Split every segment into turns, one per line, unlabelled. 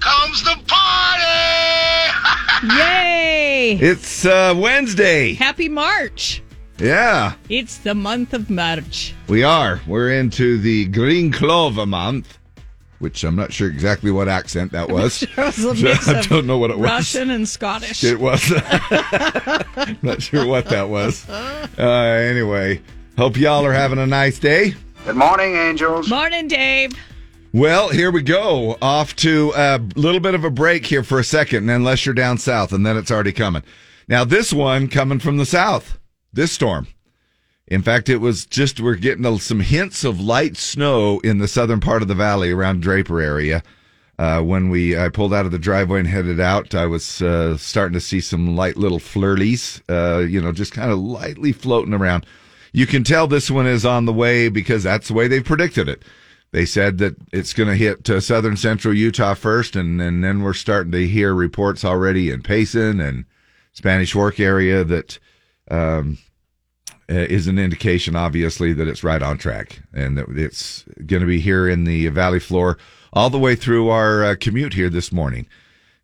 comes the party!
Yay!
It's uh, Wednesday.
Happy March.
Yeah,
It's the month of March.
we are. We're into the Green Clover month, which I'm not sure exactly what accent that was.
It was a mix
I
of
don't know what it was.
Russian and Scottish.
It was. I'm not sure what that was. Uh, anyway, hope y'all are having a nice day.
Good morning, angels.
Morning, Dave.
Well, here we go. Off to a little bit of a break here for a second, unless you're down south, and then it's already coming. Now, this one coming from the south, this storm. In fact, it was just, we're getting a- some hints of light snow in the southern part of the valley around Draper area. Uh, when we I pulled out of the driveway and headed out, I was uh, starting to see some light little flirties, uh, you know, just kind of lightly floating around. You can tell this one is on the way because that's the way they predicted it. They said that it's going to hit uh, southern central Utah first, and, and then we're starting to hear reports already in Payson and Spanish Fork area that um, uh, is an indication, obviously, that it's right on track and that it's going to be here in the valley floor all the way through our uh, commute here this morning.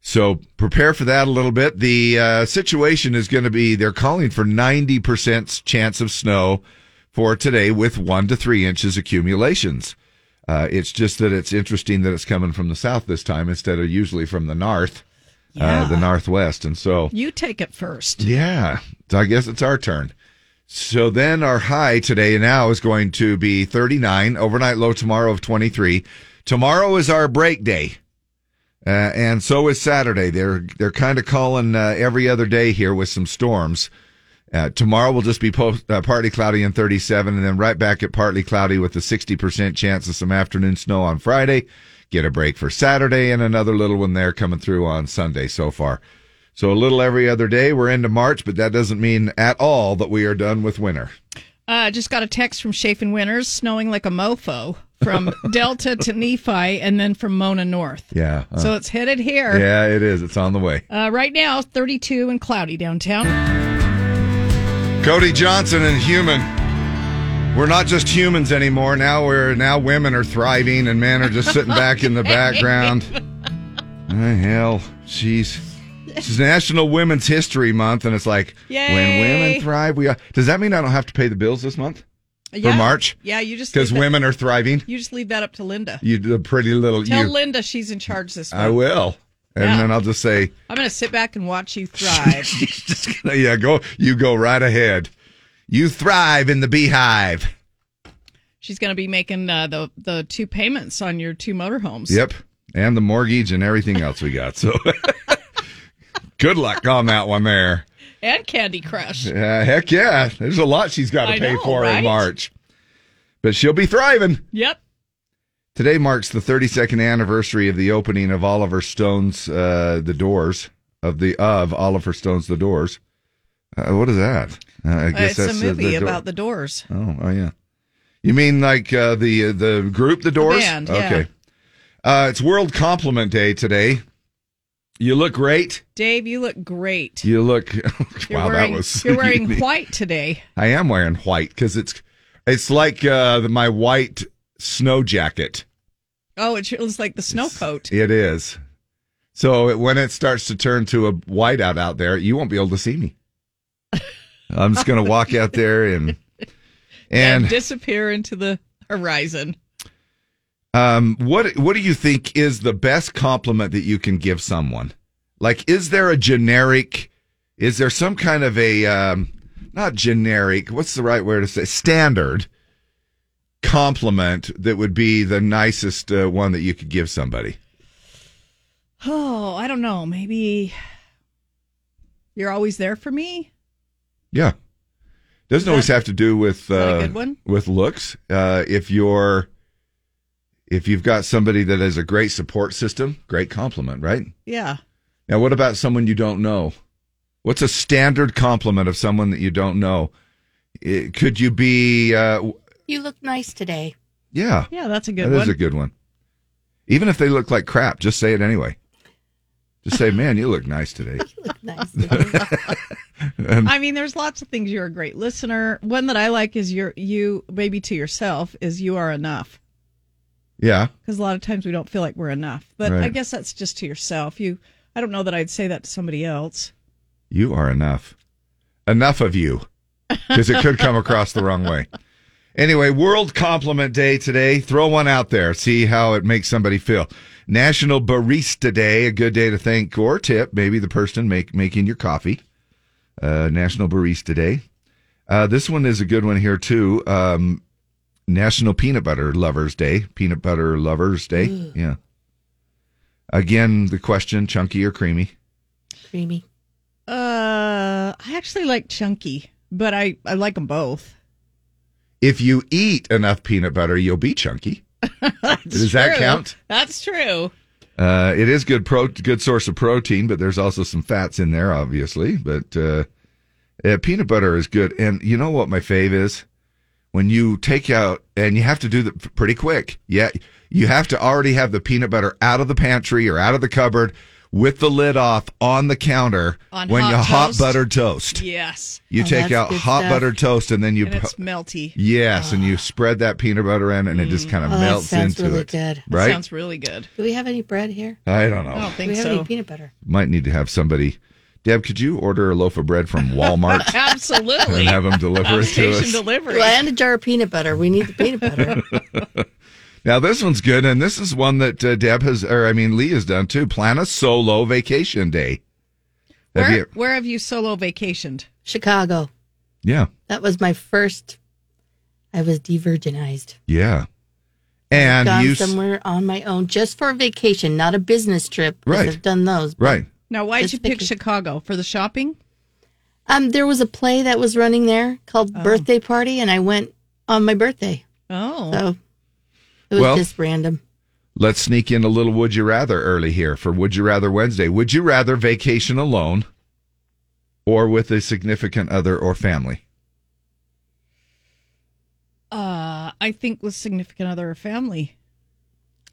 So prepare for that a little bit. The uh, situation is going to be they're calling for 90% chance of snow for today with one to three inches accumulations. Uh, it's just that it's interesting that it's coming from the south this time instead of usually from the north, uh, the northwest. And so
You take it first.
yeah. So I guess it's our turn. So then our high today now is going to be 39, overnight low tomorrow of 23. Tomorrow is our break day. Uh, and so is Saturday. They're they're kind of calling uh, every other day here with some storms. Uh, tomorrow will just be post, uh, partly cloudy and 37, and then right back at partly cloudy with a 60% chance of some afternoon snow on Friday. Get a break for Saturday and another little one there coming through on Sunday so far. So a little every other day. We're into March, but that doesn't mean at all that we are done with winter.
Uh, just got a text from Chafin Winters, snowing like a mofo from Delta to Nephi and then from Mona North.
Yeah. uh,
So it's headed here.
yeah, it is. It's on the way.
Uh, right now, 32 and cloudy downtown.
Cody Johnson and human. We're not just humans anymore. Now we're now women are thriving and men are just sitting back in the background. Oh, hell, jeez. This is National Women's History Month, and it's like when
Yay.
women thrive, we are. Does that mean I don't have to pay the bills this month
Yeah.
for March?
Yeah, you just
Because
leave that-
women are thriving.
You just leave that up to Linda.
You the pretty little
Tell
you.
Linda she's in charge this
I
month.
will, and
Yeah.
then I'll just say
I'm going to sit back and watch you thrive.
She's just gonna- yeah, go. You go right ahead. You thrive in the beehive.
She's going to be making uh, the the two payments on your two motorhomes.
Yep, and the mortgage and everything else we got. So, good luck on that one there.
And Candy Crush.
Uh, heck yeah, there's a lot she's got to
I
pay
know,
for in
right?
March, but she'll be thriving.
Yep.
Today marks the 32nd anniversary of the opening of Oliver Stone's uh, The Doors of the of Oliver Stone's The Doors. Uh, what is that? Uh, I
Uh, it's a
uh,
movie
Door-
about the Doors.
Oh, oh yeah. You mean like uh, the uh, the group, the Doors?
band, yeah.
okay. Uh, it's World Compliment Day today. You look great.
Dave, you look great.
You look.
You're
wow,
wearing,
that was.
You're wearing
unique.
white today.
I am wearing white because it's it's like uh, my white snow jacket.
Oh, it looks like the snow coat.
It is. So it, when it starts to turn to a whiteout out there, you won't be able to see me. I'm just gonna walk out there and and
disappear into the horizon.
Um, what what do you think is the best compliment that you can give someone? Like, is there a generic? Is there some kind of a um, not generic? What's the right word to say? Standard compliment that would be the nicest uh, one that you could give somebody.
Oh, I don't know. Maybe you're always there for me.
Yeah, doesn't always have to do with
that
uh,
a good one?
with looks. Uh, if you're if you've got somebody that has a great support system, great compliment, right?
Yeah.
Now, what about someone you don't know? What's a standard compliment of someone that you don't know? It, could you be, uh, w-
You look nice today.
yeah,
Yeah, that's a
that is
good one.
a good one. Even if they look like crap, just say it anyway. Just say, man, you look nice today.
You look nice today.
I mean, there's lots of things. You're a great listener. One that I like is your you maybe to yourself is you are enough.
Yeah.
because a lot of times we don't feel like we're enough. But I
Right.
guess that's just to yourself. You, I don't know that I'd say that to somebody else.
You are enough. Enough of you. Because it could come across the wrong way. Anyway, World Compliment Day today. Throw one out there. See how it makes somebody feel. National Barista Day, a good day to thank or tip maybe the person make, making your coffee. Uh, National Barista Day. Uh, this one is a good one here, too. Um, National Peanut Butter Lovers Day. Peanut Butter Lovers Day. Yeah. Again, the question chunky or creamy?
Creamy.
Uh, I actually like chunky, but I I like them both.
if you eat enough peanut butter, you'll be chunky. Does that
True.
count?
That's true.
Uh, it is good pro- good source of protein, but there's also some fats in there, obviously. But uh, yeah, peanut butter is good, and you know what my fave is when you take out and you have to do that pretty quick. Yeah, you have to already have the peanut butter out of the pantry or out of the cupboard with the lid off on the counter
On
when
hot
you hot
toast?
butter toast.
Yes,
You
Oh,
take
that's
out
good
hot
stuff.
buttered toast and then you
and
pu-
it's melty.
Yes, and you spread that peanut butter in, and it just kind of
Ah. Oh, that
melts
sounds
into
really
it.
good.
That
Right?
sounds really good.
Do we have any bread here?
I don't know.
I don't
Do
think
we have
so.
any peanut butter?
Might need to have somebody. Deb, could you order a loaf of bread from Walmart
Absolutely.
and have them deliver it to
Station
us?
delivery.
Well, and a jar of peanut butter. We need the peanut butter.
now this one's good, and this is one that uh, Deb has, or I mean Lee has done too. Plan a solo vacation day. Have
where,
you-
where have you solo vacationed?
Chicago.
yeah,
That was my first. I was de-virginized.
yeah. And
Gone
you, s-
somewhere on my own just for a vacation, not a business trip. 'cause
Right.
I've done those.
right?
Now, why'd
Just
you pick
vacation.
Chicago for the shopping?
Um, there was a play that was running there called Birthday Party, and I went on my birthday.
Oh,
So it was
Well-
just random.
Let's sneak in a little Would You Rather early here for Would You Rather Wednesday. Would you rather vacation alone or with a significant other or family?
uh, I think with significant other or family.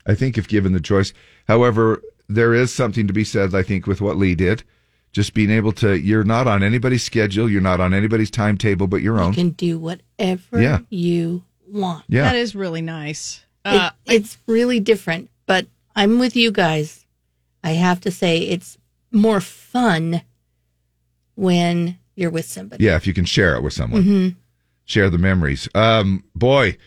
I think if given the choice, however, there is something to be said, I think, with what Lee did. Just being able to, you're not on anybody's schedule, you're not on anybody's timetable but your
You
own.
can do whatever
Yeah.
you want.
Yeah.
That is really nice.
It-
Uh,
it's really different, but I'm with you guys. I have to say it's more fun when you're with somebody.
Yeah, if you can share it with someone, share the memories. Um, boy,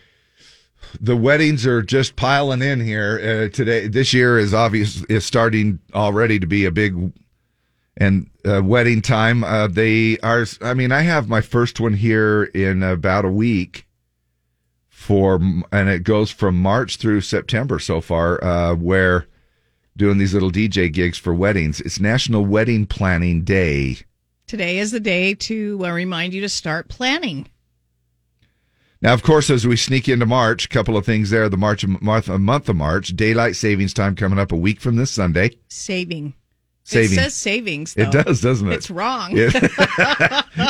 the weddings are just piling in here uh, today. This year is obvious is starting already to be a big and uh, wedding time. Uh, they are. I mean, I have my first one here in about a week for, and it goes from March through September so far. Uh, where doing these little DJ gigs for weddings. It's National Wedding Planning Day.
today is the day to uh, remind you to start planning.
Now, of course, as we sneak into March, a couple of things there. The March, March month of March, daylight savings time coming up a week from this Sunday.
Saving.
Saving.
It says savings. Though.
It does, doesn't it?
It's wrong.
It-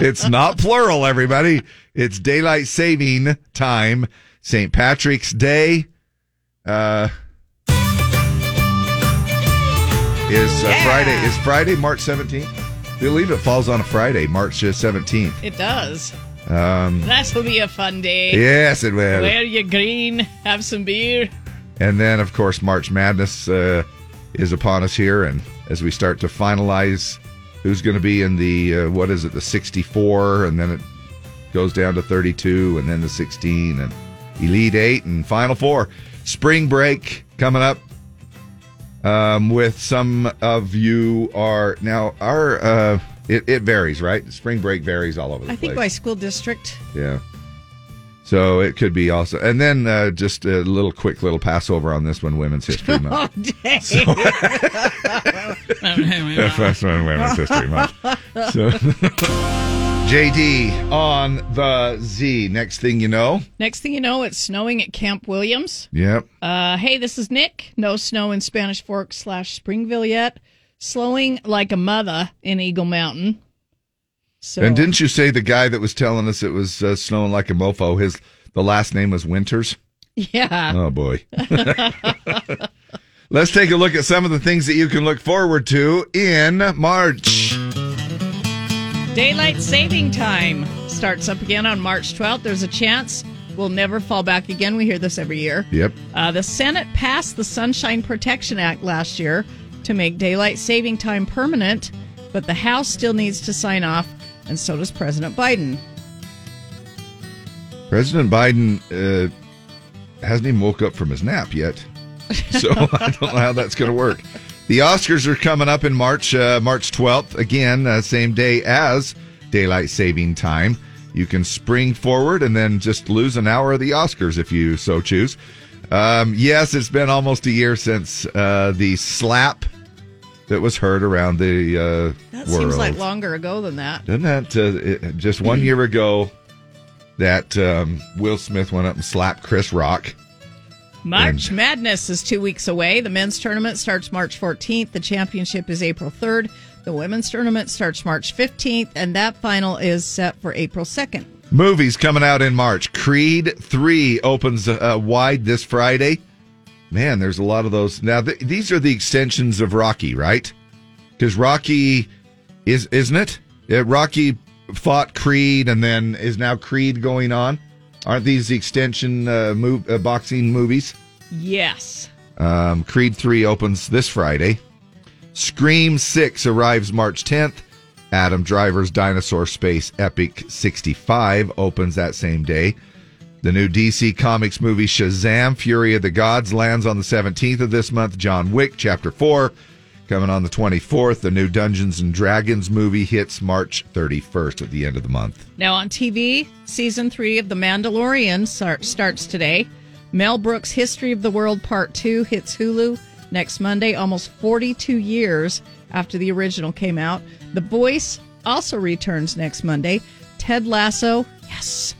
it's not plural, everybody. It's daylight saving time. St. Patrick's Day uh, is uh,
Yeah.
Friday. Is Friday March seventeenth? I believe it falls on a Friday, March seventeenth.
It does.
Um,
This will be a fun day.
yes, it will.
Wear your green, have some beer.
And then, of course, March Madness uh, is upon us here, and as we start to finalize who's going to be in the uh, what is it, the 64, and then it goes down to 32, and then the 16, and Elite Eight, and Final Four. Spring break coming up. Um, with some of you are now our uh, it, it varies, right? Spring break varies all over the
I
place.
think by school district.
Yeah. So it could be also, and then uh, just a little quick little Passover on this one, Women's History Month.
Oh, dang.
The first one, Women's History Month. So. JD on the Z. Next thing you know,
Next thing you know, it's snowing at Camp Williams.
yep,
Uh, hey, this is Nick. No snow in Spanish Fork slash Springville yet. Slowing like a mother in Eagle Mountain. So
And didn't you say the guy that was telling us it was uh, snowing like a mofo? His the last name was Winters.
Uh-huh.
yeah,
Oh boy. Let's take a look at some of the things that you can look forward to in March.
daylight saving time starts up again on March 12th. There's a chance will never fall back again. We hear this every year.
Yep.
Uh, the Senate passed the Sunshine Protection Act last year to make daylight saving time permanent, but the House still needs to sign off, and so does President Biden.
President Biden uh, hasn't even woke up from his nap yet, so I don't know how that's going to work. The Oscars are coming up in March, uh, March 12th. Again, uh, same day as daylight saving time. You can spring forward and then just lose an hour of the Oscars if you so choose. Um, yes, it's been almost a year since uh, the slap that was heard around the uh,
That
world.
seems like longer ago than that.
Doesn't that uh, it- just one year ago that um, Will Smith went up and slapped Chris Rock?
March Madness is two weeks away. The men's tournament starts March 14th. The championship is April 3rd. The women's tournament starts March 15th, and that final is set for April 2nd.
Movies coming out in March. Creed three opens uh, wide this Friday. Man, there's a lot of those now. Th- these are the extensions of Rocky, right? Because Rocky is isn't it? Uh, Rocky fought Creed, and then is now Creed going on. Aren't these the extension uh, move, uh, boxing movies?
Yes.
Um, Creed 3 opens this Friday. Scream 6 arrives March 10th. Adam Driver's Dinosaur Space Epic 65 opens that same day. The new DC Comics movie Shazam Fury of the Gods lands on the 17th of this month. John Wick Chapter 4 coming on the 24th. The new Dungeons and Dragons movie hits March 31st at the end of the month.
Now on TV, season three of The Mandalorian sar- starts today. Mel Brooks' History of the World Part Two hits Hulu next Monday, almost 42 years after the original came out. The Voice also returns next Monday. Ted Lasso, yes,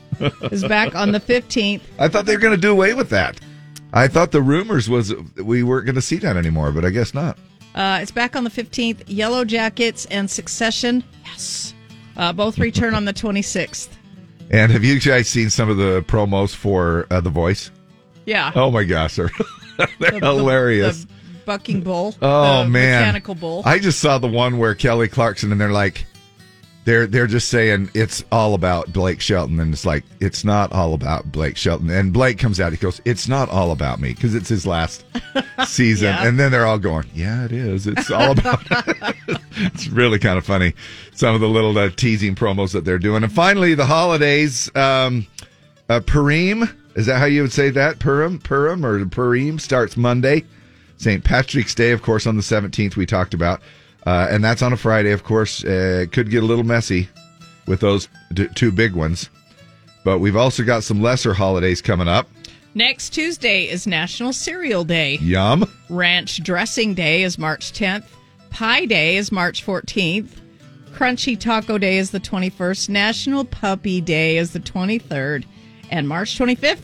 is back on the 15th.
I thought they were going to do away with that. I thought the rumors was that we weren't going to see that anymore, but I guess not.
Uh, it's back on the 15th. Yellow Jackets and Succession, yes, uh, both return on the 26th.
And have you guys seen some of the promos for uh, The Voice?
Yeah.
Oh my gosh, they're, they're
The- the-
Oh, hilarious.
The bucking bull.
oh
the
man,
Mechanical bull.
I just saw the one where Kelly Clarkson and they're like, they're they're just saying it's all about Blake Shelton, and it's like it's not all about Blake Shelton. And Blake comes out, he goes, "It's not all about me," because it's his last season.
Yeah.
And then they're all going, "Yeah, it is. It's all about." it's really kind of funny some of the little uh, teasing promos that they're doing. And finally, the holidays. Um, uh, Purim is that how you would say that? Purim, Purim, or Purim starts Monday. St. Patrick's Day, of course, on the seventeenth. We talked about, uh, and that's on a Friday. Of course, uh, could get a little messy with those d- two big ones. But we've also got some lesser holidays coming up.
Next Tuesday is National Cereal Day.
Yum.
Ranch Dressing Day is March 10th. Pie Day is March 14th. Crunchy Taco Day is the 21st. National Puppy Day is the 23rd. And March 25th,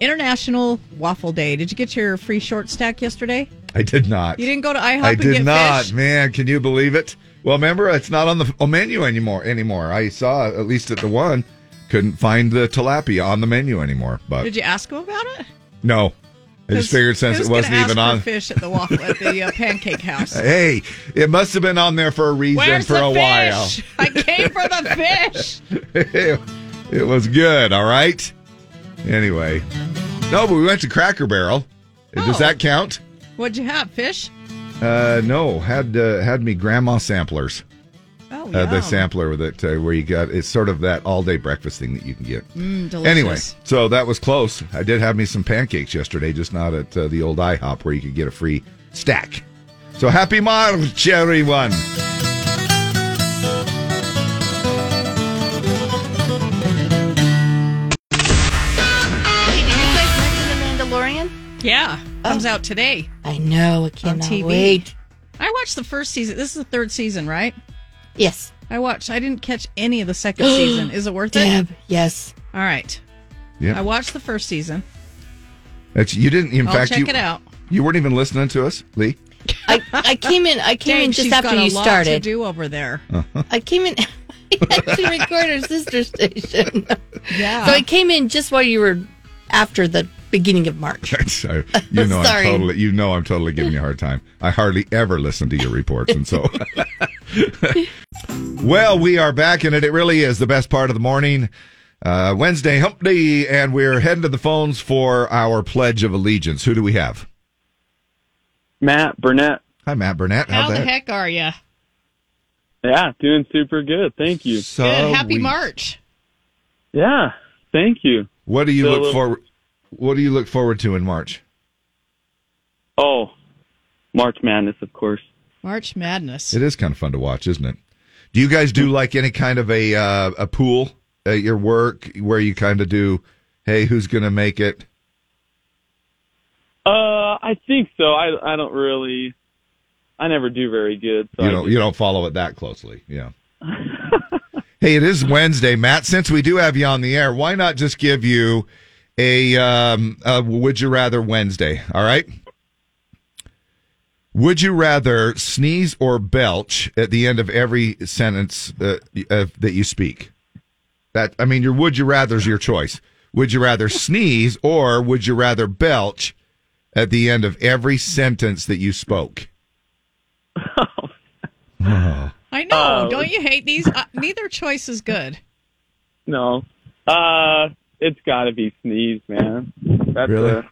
International Waffle Day. Did you get your free short stack yesterday?
I did not.
You didn't go to IHOP
I
and
did
get
not,
fish?
man. Can you believe it? Well, remember, it's not on the menu anymore. Anymore, I saw at least at the one, couldn't find the tilapia on the menu anymore. But
Did you ask him about it?
no, I just figured since
Who's
it
gonna
wasn't
ask
even
for
on.
fish at the waffle at the uh, pancake house.
Hey, it must have been on there for a reason
Where's
for
the
a while.
fish? I came for the fish.
it was good. All right. Anyway, no, but we went to Cracker Barrel. Does
Oh.
that count?
What'd you have? Fish?
Uh, no, had uh, had me grandma samplers.
Oh,
uh, the
yum.
sampler that uh, where you got it's sort of that all day breakfast thing that you can get.
Mm, delicious.
Anyway, so that was close. I did have me some pancakes yesterday, just not at uh, the old IHOP where you could get a free stack. So happy March, everyone!
Hey, did you guys mention The Mandalorian?
Yeah, comes out today.
I know. I cannot
TV.
wait.
I watched the first season. This is the third season, right?
Yes,
I watched. I didn't catch any of the second season. Is it worth it?
Deb. Yes.
All right. I
Yeah,
watched the first season.
That's, you didn't. In
I'll
fact,
Oh, check
you
it out.
you weren't even listening to us, Lee.
I, I came in. I came in
Dave,
just
she's
after
got a
you
lot to
started.
do over there.
I came in. I actually record her sister station.
Yeah.
So I came in just while you were after the beginning of March.
so you know I'm
Sorry.
totally you know I'm totally giving you a hard time. I hardly ever listen to your reports and so Well, we are back and it. It really is the best part of the morning. Uh, Wednesday, hump day, and we're heading to the phones for our Pledge of Allegiance. Who do we have?
Matt Burnett.
Hi, Matt Burnett.
How
How's
the
that?
heck are you?
Yeah, doing super good. Thank you.
So
Good. Happy
we-
March.
Yeah, thank you.
What do you
So-
look forward? What do you look forward to in March?
Oh, March Madness, of course.
March Madness.
It is kind of fun to watch, isn't it? Do you guys do like any kind of a uh, a pool at your work where you kind of do, hey, who's going to make it?
Uh, I think so. I I don't really. I never do very good. So
you
I
don't
just-
you don't follow it that closely. Yeah. hey, it is Wednesday, Matt. Since we do have you on the air, why not just give you a, um, a would you rather Wednesday? All right. Would you rather sneeze or belch at the end of every sentence uh, uh, that you speak? That I mean, your would you rather's your choice. Would you rather sneeze or would you rather belch at the end of every sentence that you spoke?
I know.
Oh.
Don't you hate these? Uh, neither choice is good.
no. Uh, it's got to be sneeze, man. That's
Really?
a-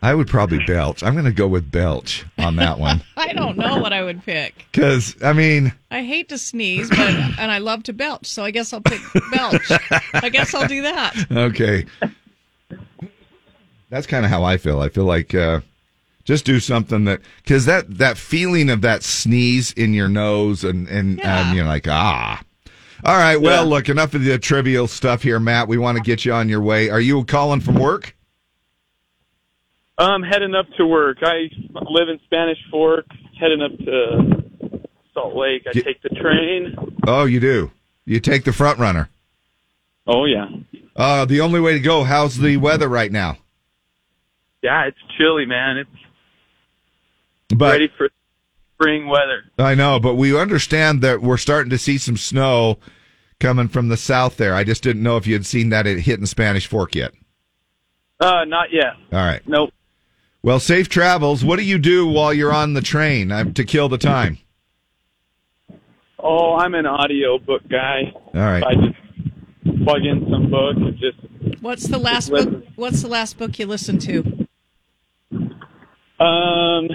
I would probably belch. I'm going to go with belch on that one
I don't know what I would pick.
because I mean,
I hate to sneeze, but and I love to belch, so I guess I'll pick belch. I guess I'll do that.
okay, that's kind of how I feel. I feel like uh, just do something that because that that feeling of that sneeze in your nose and and,
Yeah.
and you're like ah. All right, well,
Yeah.
look, enough of the trivial stuff here, Matt. We want to get you on your way. Are you calling from work?
I'm heading up to work. I live in Spanish Fork, heading up to Salt Lake. I
Ye-
take the train.
Oh, you do. You take the front runner.
Oh yeah,
Uh, the only way to go. How's the weather right now?
yeah. It's chilly, man. It's
But
ready for spring weather.
I know, but we understand that we're starting to see some snow coming from the south there. I just didn't know if you had seen that it hitting Spanish Fork yet.
Uh, not yet.
All right.
Nope.
Well, safe travels. What do you do while you're on the train i to kill the time?
Oh, I'm an audio book guy.
All right.
I just plug in some book and just
What's the last book? What's the last book you listened to?
um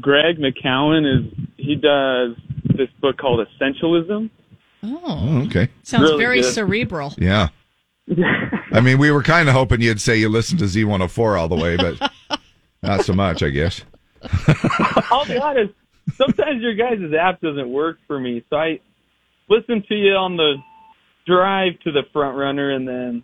Greg McCowan is he does this book called Essentialism.
Oh,
Oh, okay.
sounds
Really
very
good.
cerebral.
Yeah. I mean, we were kind of hoping you'd say you listened to Z104 all the way, but not so much, I guess.
I'll be honest, sometimes your guys' app doesn't work for me, so I listen to you on the drive to the front runner and then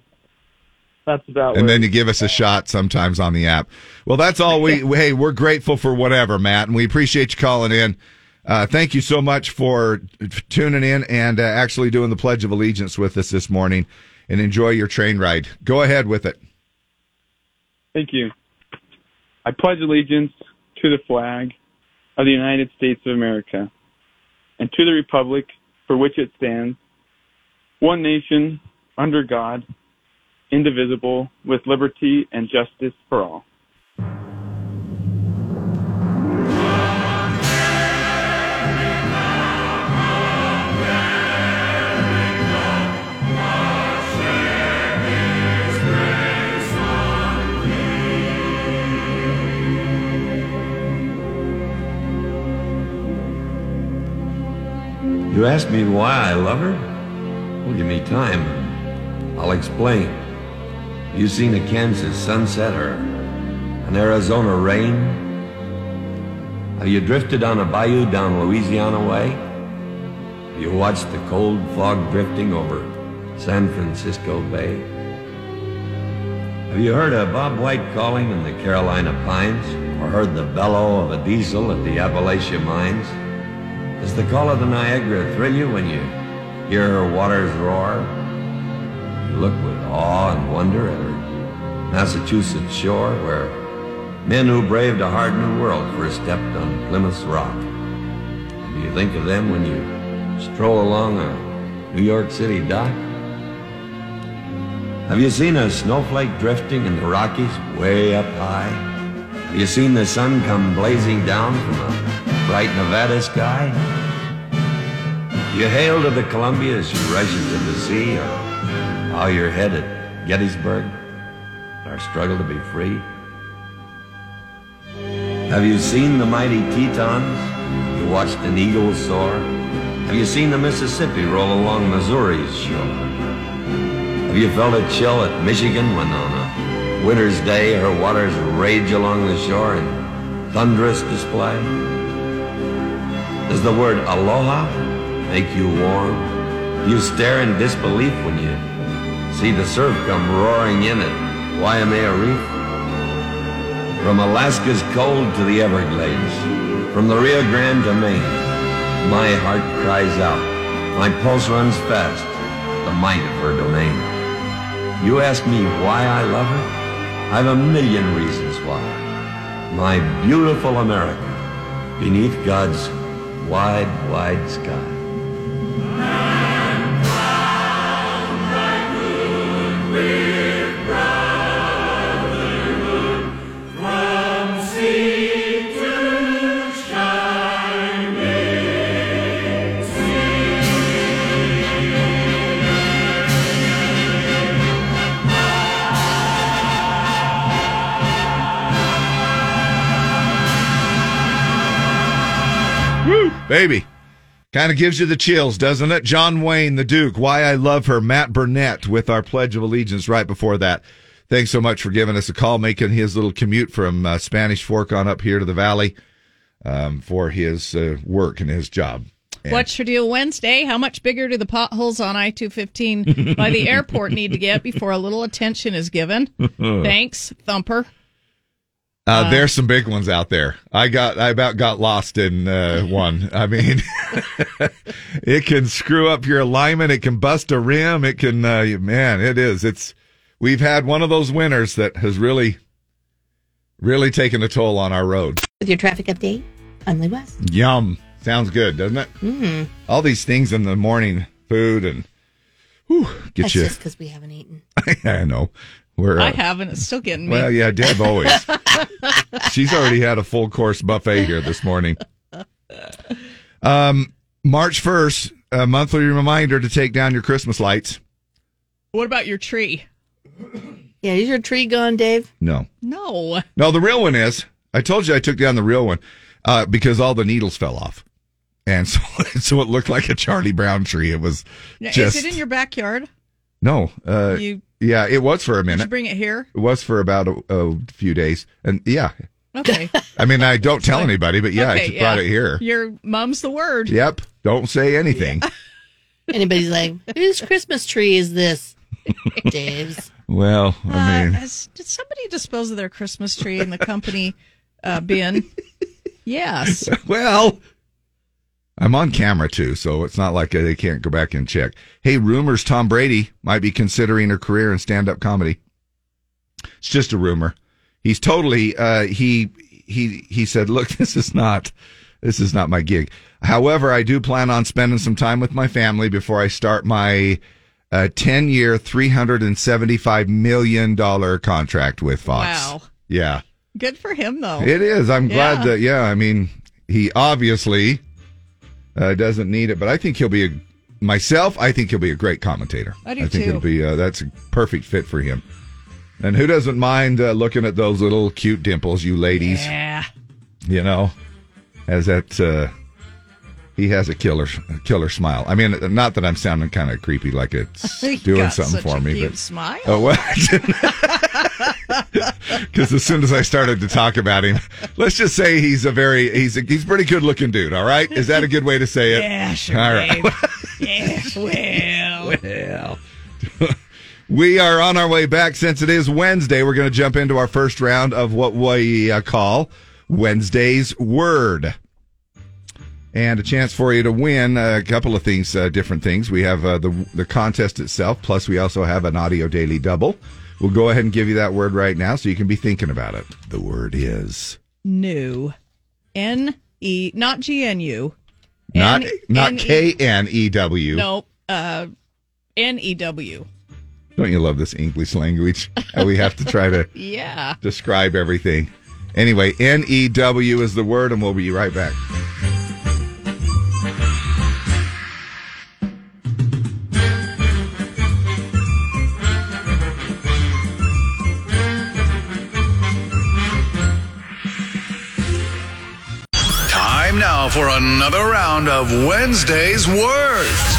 that's about
And
where
then you give us a shot sometimes on the app. Well, that's all we, hey, we're grateful for whatever, Matt, and we appreciate you calling in. Uh, thank you so much for f- tuning in and uh, actually doing the Pledge of Allegiance with us this morning and enjoy your train ride. Go ahead with it.
Thank you. I pledge allegiance to the flag of the United States of America and to the republic for which it stands, one nation under God, indivisible, with liberty and justice for all.
You asked me why I love her? Well, give me time. I'll explain. You've seen a Kansas sunset or an Arizona rain? Have you drifted on a bayou down Louisiana way? Have you watched the cold fog drifting over San Francisco Bay? Have you heard a Bob White calling in the Carolina pines or heard the bellow of a diesel at the Appalachia mines? Does the call of the Niagara thrill you when you hear her waters roar? You look with awe and wonder at her Massachusetts shore where men who braved a hard new world first stepped on Plymouth Rock. And do you think of them when you stroll along a New York City dock? Have you seen a snowflake drifting in the Rockies way up high? Have you seen the sun come blazing down from a bright Nevada sky? You hail to the Columbia as she rushes to the sea, or how you're headed, Gettysburg, our struggle to be free. Have you seen the mighty Tetons? You watched an eagle soar? Have you seen the Mississippi roll along Missouri's shore? Have you felt a chill at Michigan when on a winter's day her waters rage along the shore in thunderous display? Does the word aloha make you warm? Do you stare in disbelief when you see the surf come roaring in at Waimea Reef? From Alaska's cold to the Everglades, from the Rio Grande to Maine, my heart cries out. My pulse runs fast, the might of her domain. You ask me why I love her? I've a million reasons why. My beautiful America, beneath God's wide, wide sky.
Baby. Kind of gives you the chills, doesn't it? John Wayne, The Duke, Why I Love Her, Matt Burnett with our Pledge of Allegiance right before that. Thanks so much for giving us a call, making his little commute from uh, Spanish Fork on up here to the Valley um, for his uh, work and his job. And
What's your deal Wednesday? How much bigger do the potholes on I 215 by the airport need to get before a little attention is given? Thanks, Thumper.
Uh, there's some big ones out there. I got, I about got lost in uh, one. I mean, it can screw up your alignment. It can bust a rim. It can, uh, man, it is. It's. We've had one of those winters that has really, really taken a toll on our road.
With your traffic update, I'm Lee West.
Yum. Sounds good, doesn't it?
Mm.
All these things in the morning, food and, whew, get
That's
you.
just because we haven't eaten.
I know. We're.
I
uh,
haven't. It's still getting me.
Well, yeah, Deb always. She's already had a full course buffet here this morning. Um, March 1st, a monthly reminder to take down your Christmas lights.
What about your tree?
Yeah, is your tree gone, Dave?
No.
No.
No, the real one is. I told you I took down the real one uh, because all the needles fell off. And so, so it looked like a Charlie Brown tree. It was
Now,
just.
Is it in your backyard?
no. Uh,
You
yeah, it was for a
did you
minute.
bring it here?
It was for about a, a few days. And yeah,
Okay.
I mean, I don't tell anybody, but yeah,
okay,
I brought
yeah.
it here.
Your mom's the word.
Yep. Don't say anything.
Anybody's like, whose Christmas tree is this? Dave's.
Well, I
Uh,
mean,
has- did somebody dispose of their Christmas tree in the company uh, bin? yes.
well, I'm on camera too, so it's not like they can't go back and check. Hey, rumors Tom Brady might be considering a career in stand up comedy. It's just a rumor. He's totally, uh, he, he, he said, look, this is not, this is not my gig. However, I do plan on spending some time with my family before I start my, uh, 10 year, $375 million contract with Fox.
Wow.
Yeah.
Good for him, though.
It is. I'm glad
Yeah.
that. Yeah, I mean, he obviously uh, doesn't need it, but I think he'll be a myself. I think he'll be a great commentator.
I do
think
too.
it'll be uh, that's a perfect fit for him. And who doesn't mind uh, looking at those little cute dimples, you ladies?
yeah.
You know, as that uh, he has a killer a killer smile. I mean, not that I'm sounding kind of creepy, like it's
He
doing
got
something
such
for
a
me,
cute
but
smile.
Oh, what? Because as soon as I started to talk about him, let's just say he's a very he's a, he's a pretty good looking dude. All right, is that a good way to say it?
Yeah, sure.
All right.
babe. yeah, well.
Well, we are on our way back. Since it is Wednesday, we're going to jump into our first round of what we uh, call Wednesday's Word. And a chance for you to win a couple of things, uh, different things. We have uh, the the contest itself, plus we also have an audio daily double. We'll go ahead and give you that word right now, so you can be thinking about it. The word is
New. N E, not G N U.
not
N-
not
N-
K N E W.
No, uh, N E W.
Don't you love this English language? How we have to try to
Yeah.
describe everything. Anyway, N E W is the word, and we'll be right back.
Time now for another round of Wednesday's Words.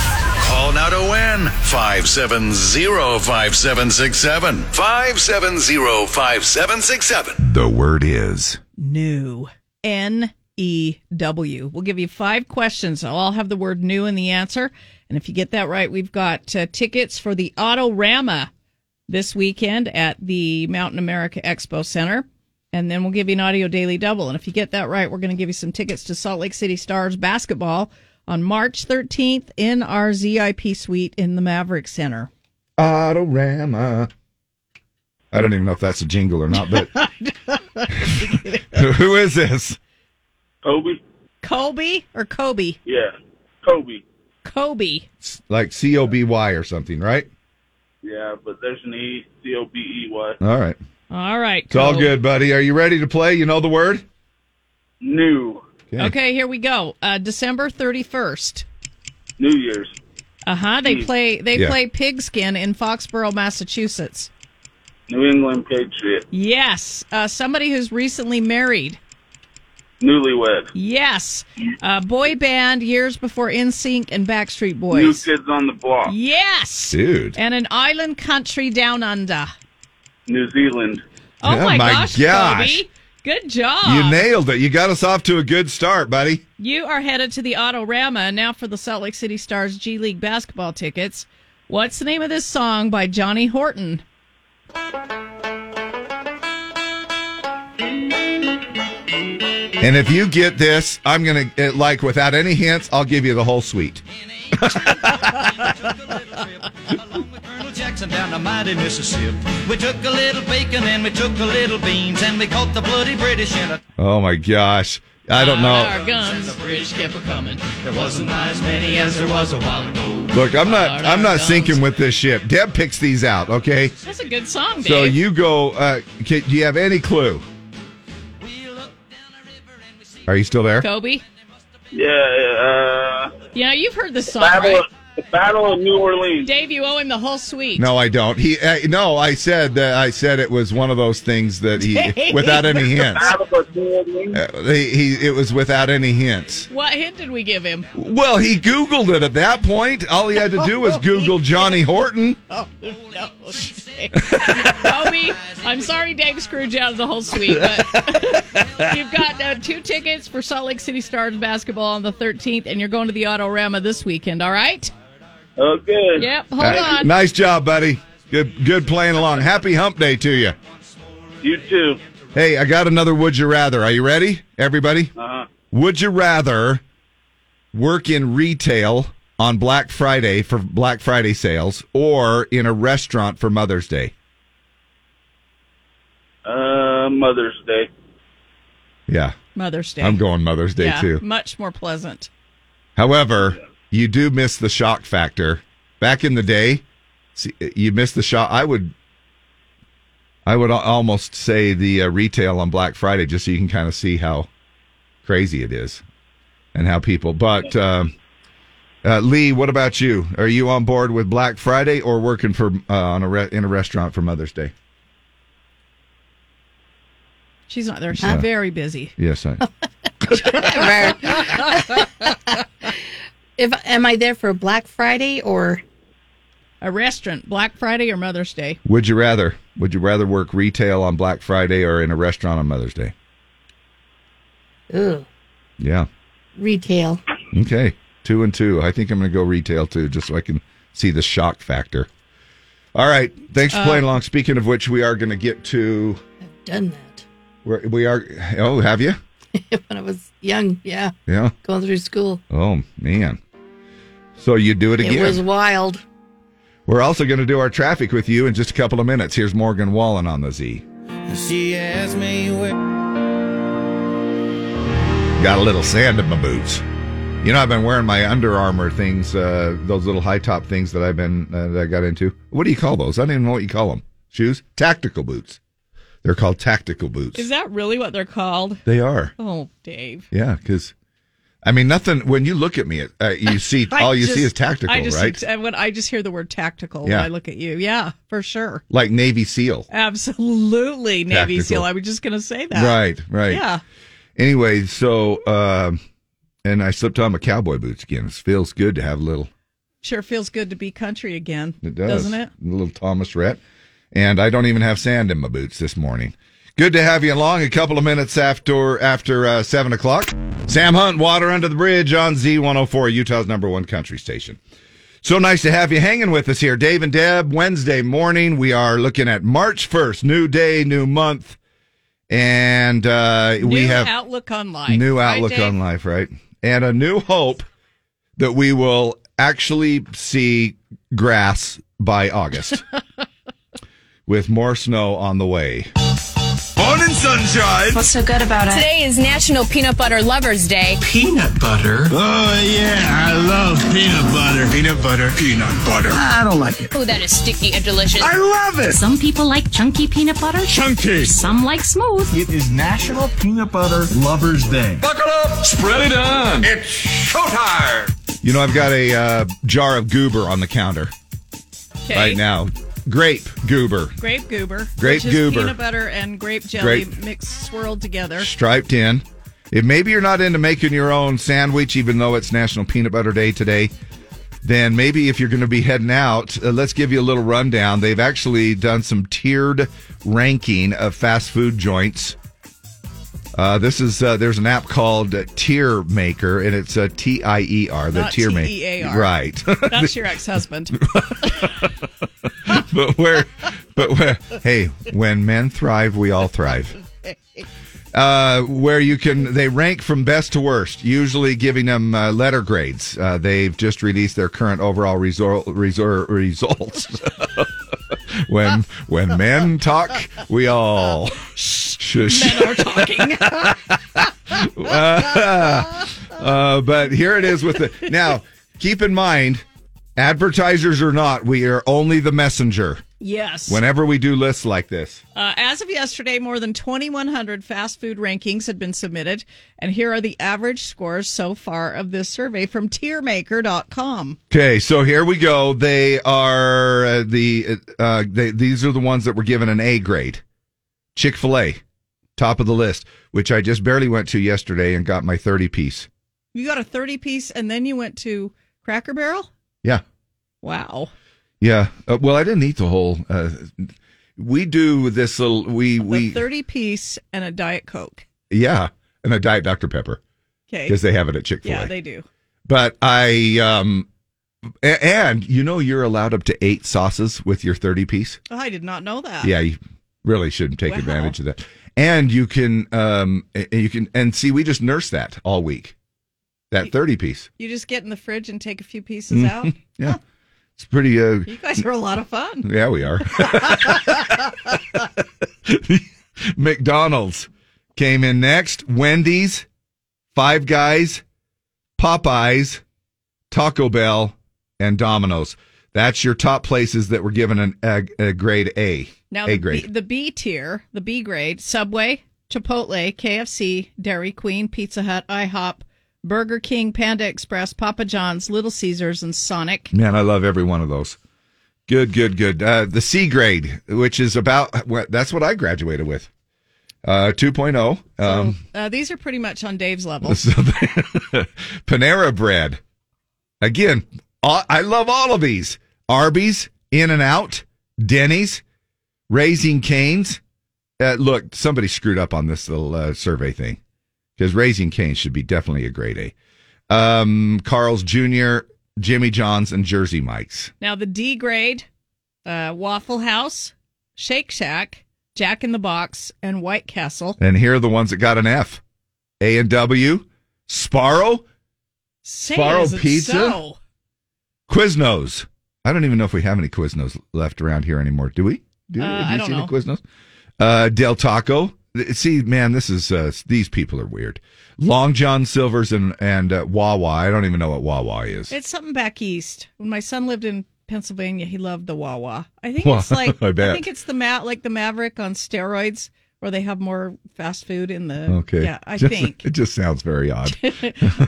Call now to win 570-5767. 570-5767.
The word is
New. N E W. We'll give you five questions. I'll all have the word new in the answer. And if you get that right, we've got uh, tickets for the Autorama this weekend at the Mountain America Expo Center. And then we'll give you an audio daily double. And if you get that right, we're going to give you some tickets to Salt Lake City Stars basketball on March 13th in our ZIP suite in the Maverick Center.
Autorama. I don't even know if that's a jingle or not, but who is this?
Kobe?
Colby or Kobe?
Yeah. Kobe.
Kobe.
Like C O B Y or something, right?
Yeah, but there's an E, C O B E Y.
All right.
All right.
It's all
Kobe.
good, buddy. Are you ready to play? You know the word?
New.
Okay, here we go. Uh, December 31st.
New Year's.
Uh huh. They play. They
Yeah.
play Pigskin in Foxborough, Massachusetts.
New England Patriot.
Yes. Uh, somebody who's recently married.
Newlywed.
Yes. Uh, boy band years before NSYNC and Backstreet
New
Boys.
Kids on the Block.
Yes.
Dude.
And an island country down under.
New Zealand.
Oh
Yeah,
my,
my
gosh,
gosh.
Kobe. Good job.
You nailed it. You got us off to a good start, buddy.
You are headed to the Autorama and now for the Salt Lake City Stars G League basketball tickets. What's the name of this song by Johnny Horton?
And if you get this, I'm going to, like, without any hints, I'll give you the whole suite.
Along with Colonel Jackson down to mighty Mississippi. We took a little bacon and we took a little beans and we caught the bloody British in a.
Oh, my gosh. I don't
Our
know.
And the
guns.
British kept a coming. There wasn't as many as there was a while ago.
Look, I'm not, I'm not sinking with this ship. Deb picks these out, okay?
That's a good song, Dave.
So you go, uh, can, do you have any clue?
We looked down the river and we see.
Are you still there?
Kobe.
Yeah, uh,
Yeah, you've heard this song,
Battle,
right?
of, the Battle of New Orleans.
Dave, you owe him the whole suite.
No, I don't. He uh, no, I said that I said it was one of those things that he without any hints.
Battle of New Orleans.
Uh, he, he it was without any hints.
What hint did we give him?
Well, he googled it at that point. All he had to do was google Johnny Horton.
Oh, No, Kobe, I'm sorry Dave screwed you out of the whole suite, but you've got uh, two tickets for Salt Lake City Stars basketball on the 13th, and you're going to the Autorama this weekend, all right?
Okay.
Yep, hold
Uh,
on.
nice job, buddy. Good good playing along. Happy hump day to you.
You too.
Hey, I got another would you rather. Are you ready? Everybody?
Uh-huh.
Would you rather work in retail on Black Friday for Black Friday sales or in a restaurant for Mother's Day?
Uh, Mother's Day.
Yeah.
Mother's Day.
I'm going Mother's Day
yeah,
too.
Much more pleasant.
However, you do miss the shock factor. Back in the day, see, you miss the shock. I would, I would al- almost say the uh, retail on Black Friday, just so you can kind of see how crazy it is and how people. But um uh, Lee, what about you? Are you on board with Black Friday or working for uh, on a re- in a restaurant for Mother's Day?
She's not there. She's
Yeah.
very busy.
Yes, I.
Ever. if am I there for Black Friday or
A restaurant, Black Friday or Mother's Day?
would you rather? Would you rather work retail on Black Friday or in a restaurant on Mother's Day?
ooh,
Yeah.
retail?
Okay, two and two. I think I'm going to go retail too, just so I can see the shock factor. All right, thanks for
Uh,
playing along. Speaking of which, we are going to get to
I've done that
where we are. Oh, have you?
when I was young. Yeah,
Yeah.
going through school,
Oh man. So you do it
it
again.
was wild.
We're also going to do our traffic with you in just a couple of minutes. Here's Morgan Wallen on the Z.
She asked me where.
Got a little sand in my boots. You know, I've been wearing my Under Armour things, uh, those little high top things that I've been uh, that I got into. What do you call those? I don't even know what you call them. Shoes? Tactical boots. They're called tactical boots.
Is that really what they're called?
they are.
Oh, Dave.
Yeah, because I mean, nothing. When you look at me, uh, you see
I
all you
just-
see is tactical,
I just,
right?
and when I just hear the word tactical
Yeah.
when I look at you. Yeah, for sure.
like Navy SEAL.
Absolutely, Navy
Tactical.
SEAL. I was just going to say that.
Right. Right.
Yeah.
Anyway, so um And I slipped on my cowboy boots again. It feels good to have a little.
Sure feels good to be country again.
It does,
Doesn't it?
A little Thomas Rhett. And I don't even have sand in my boots this morning. Good to have you along. A couple of minutes after after uh, seven o'clock. Sam Hunt, water under the bridge on Z one hundred four, Utah's number one country station. So nice to have you hanging with us here, Dave and Deb. Wednesday morning, we are looking at March first, new day, new month, and uh, we
new
have
outlook on life.
New
Right,
outlook
Dave?
on life, right? And a new hope that we will actually see grass by August with more snow on the way.
Morning sunshine.
What's so good about it?
Today is National Peanut Butter Lovers Day.
Peanut butter?
Oh yeah, I love peanut butter. Peanut butter. Peanut butter.
I don't like it.
Oh, that is sticky and delicious.
I love it.
Some people like chunky peanut butter.
Chunky.
Some like smooth.
It is National Peanut Butter Lovers Day.
Buckle up. Spread it on. It's showtime.
You know, I've got a uh, jar of goober on the counter
Okay.
right now. Grape goober,
Grape goober.
Grape
which is
goober.
Peanut butter and grape jelly
Grape-
mixed swirled together.
striped in. If maybe you're not into making your own sandwich, even though it's National Peanut Butter Day today, then maybe if you're going to be heading out, uh, let's give you a little rundown. They've actually done some tiered ranking of fast food joints. Uh, this is uh, there's an app called uh, Tier Maker, and it's uh, T I E R, the
Not E
Tier Maker,
T-E-A-R.
right?
That's your ex husband.
but where, but where, hey, when men thrive, we all thrive. Uh, where you can, they rank from best to worst, usually giving them uh, letter grades. Uh, they've just released their current overall resor- resor- results. when when men talk, we all shush.
Men are talking.
Uh, but here it is with the now. Keep in mind, advertisers or not, we are only the messenger.
yes.
Whenever we do lists like this.
Uh, as of yesterday, more than 2,100 fast food rankings had been submitted, and here are the average scores so far of this survey from tiermaker.com.
Okay, so here we go. They are uh, the uh, they, these are the ones that were given an A grade. Chick Fil A, top of the list, which I just barely went to yesterday and got my thirty piece.
You got a 30 piece, and then you went to Cracker Barrel?
Yeah,
Wow.
yeah. Uh, well, I didn't eat the whole. Uh, we do this little. We
The
we
30 piece and a Diet Coke.
yeah, and a diet Dr Pepper
Okay.
because they have it at Chick Fil A.
yeah, they do.
but I um, a- and you know you're allowed up to eight sauces with your thirty piece.
Oh, I did not know that.
yeah, you really shouldn't take
Wow.
advantage of that. And you can, um, and you can, and see, we just nurse that all week. That thirty piece, Mm-hmm.
You just get in the fridge and take a few
Mm.
pieces out.
yeah, it's pretty. Uh,
You guys are a lot of fun.
yeah, we are. McDonald's came in next. Wendy's, Five Guys, Popeyes, Taco Bell, and Domino's. That's your top places that were given an, a, a grade A.
Now,
a
the
grade.
B, the B tier, the B grade, Subway, Chipotle, KFC, Dairy Queen, Pizza Hut, IHOP, Burger King, Panda Express, Papa John's, Little Caesars, and Sonic.
Man, I love every one of those. Good, good, good. Uh, the C grade, which is about well, that's what I graduated with. Uh, 2.0. Um,
Uh, these are pretty much on Dave's level.
so- Panera bread. Again, all, I love all of these. Arby's, In and Out, Denny's, Raising Canes. Uh, look, somebody screwed up on this little uh, survey thing because Raising Canes should be definitely a grade A. Um, Carl's Jr., Jimmy John's, and Jersey Mike's.
Now, the D grade, uh, Waffle House, Shake Shack, Jack in the Box, and White Castle.
And here are the ones that got an F. A and W, Sparrow,
Say
Sparrow
it isn't
Pizza?
so.
Quiznos. I don't even know if we have any Quiznos left around here anymore. Do we? Do,
Uh,
have
I
you
don't
seen
know.
the Quiznos? Uh, Del Taco. Th- See, man, this is uh, these people are weird. Long John Silver's and and uh, Wawa. I don't even know what Wawa is.
It's something back east. When my son lived in Pennsylvania, he loved the Wawa. I think
Well,
it's like
I
I,
bet.
think it's the ma- like the Maverick on steroids, where they have more fast food in the.
okay.
Yeah, I
Just-
think
it just sounds very odd.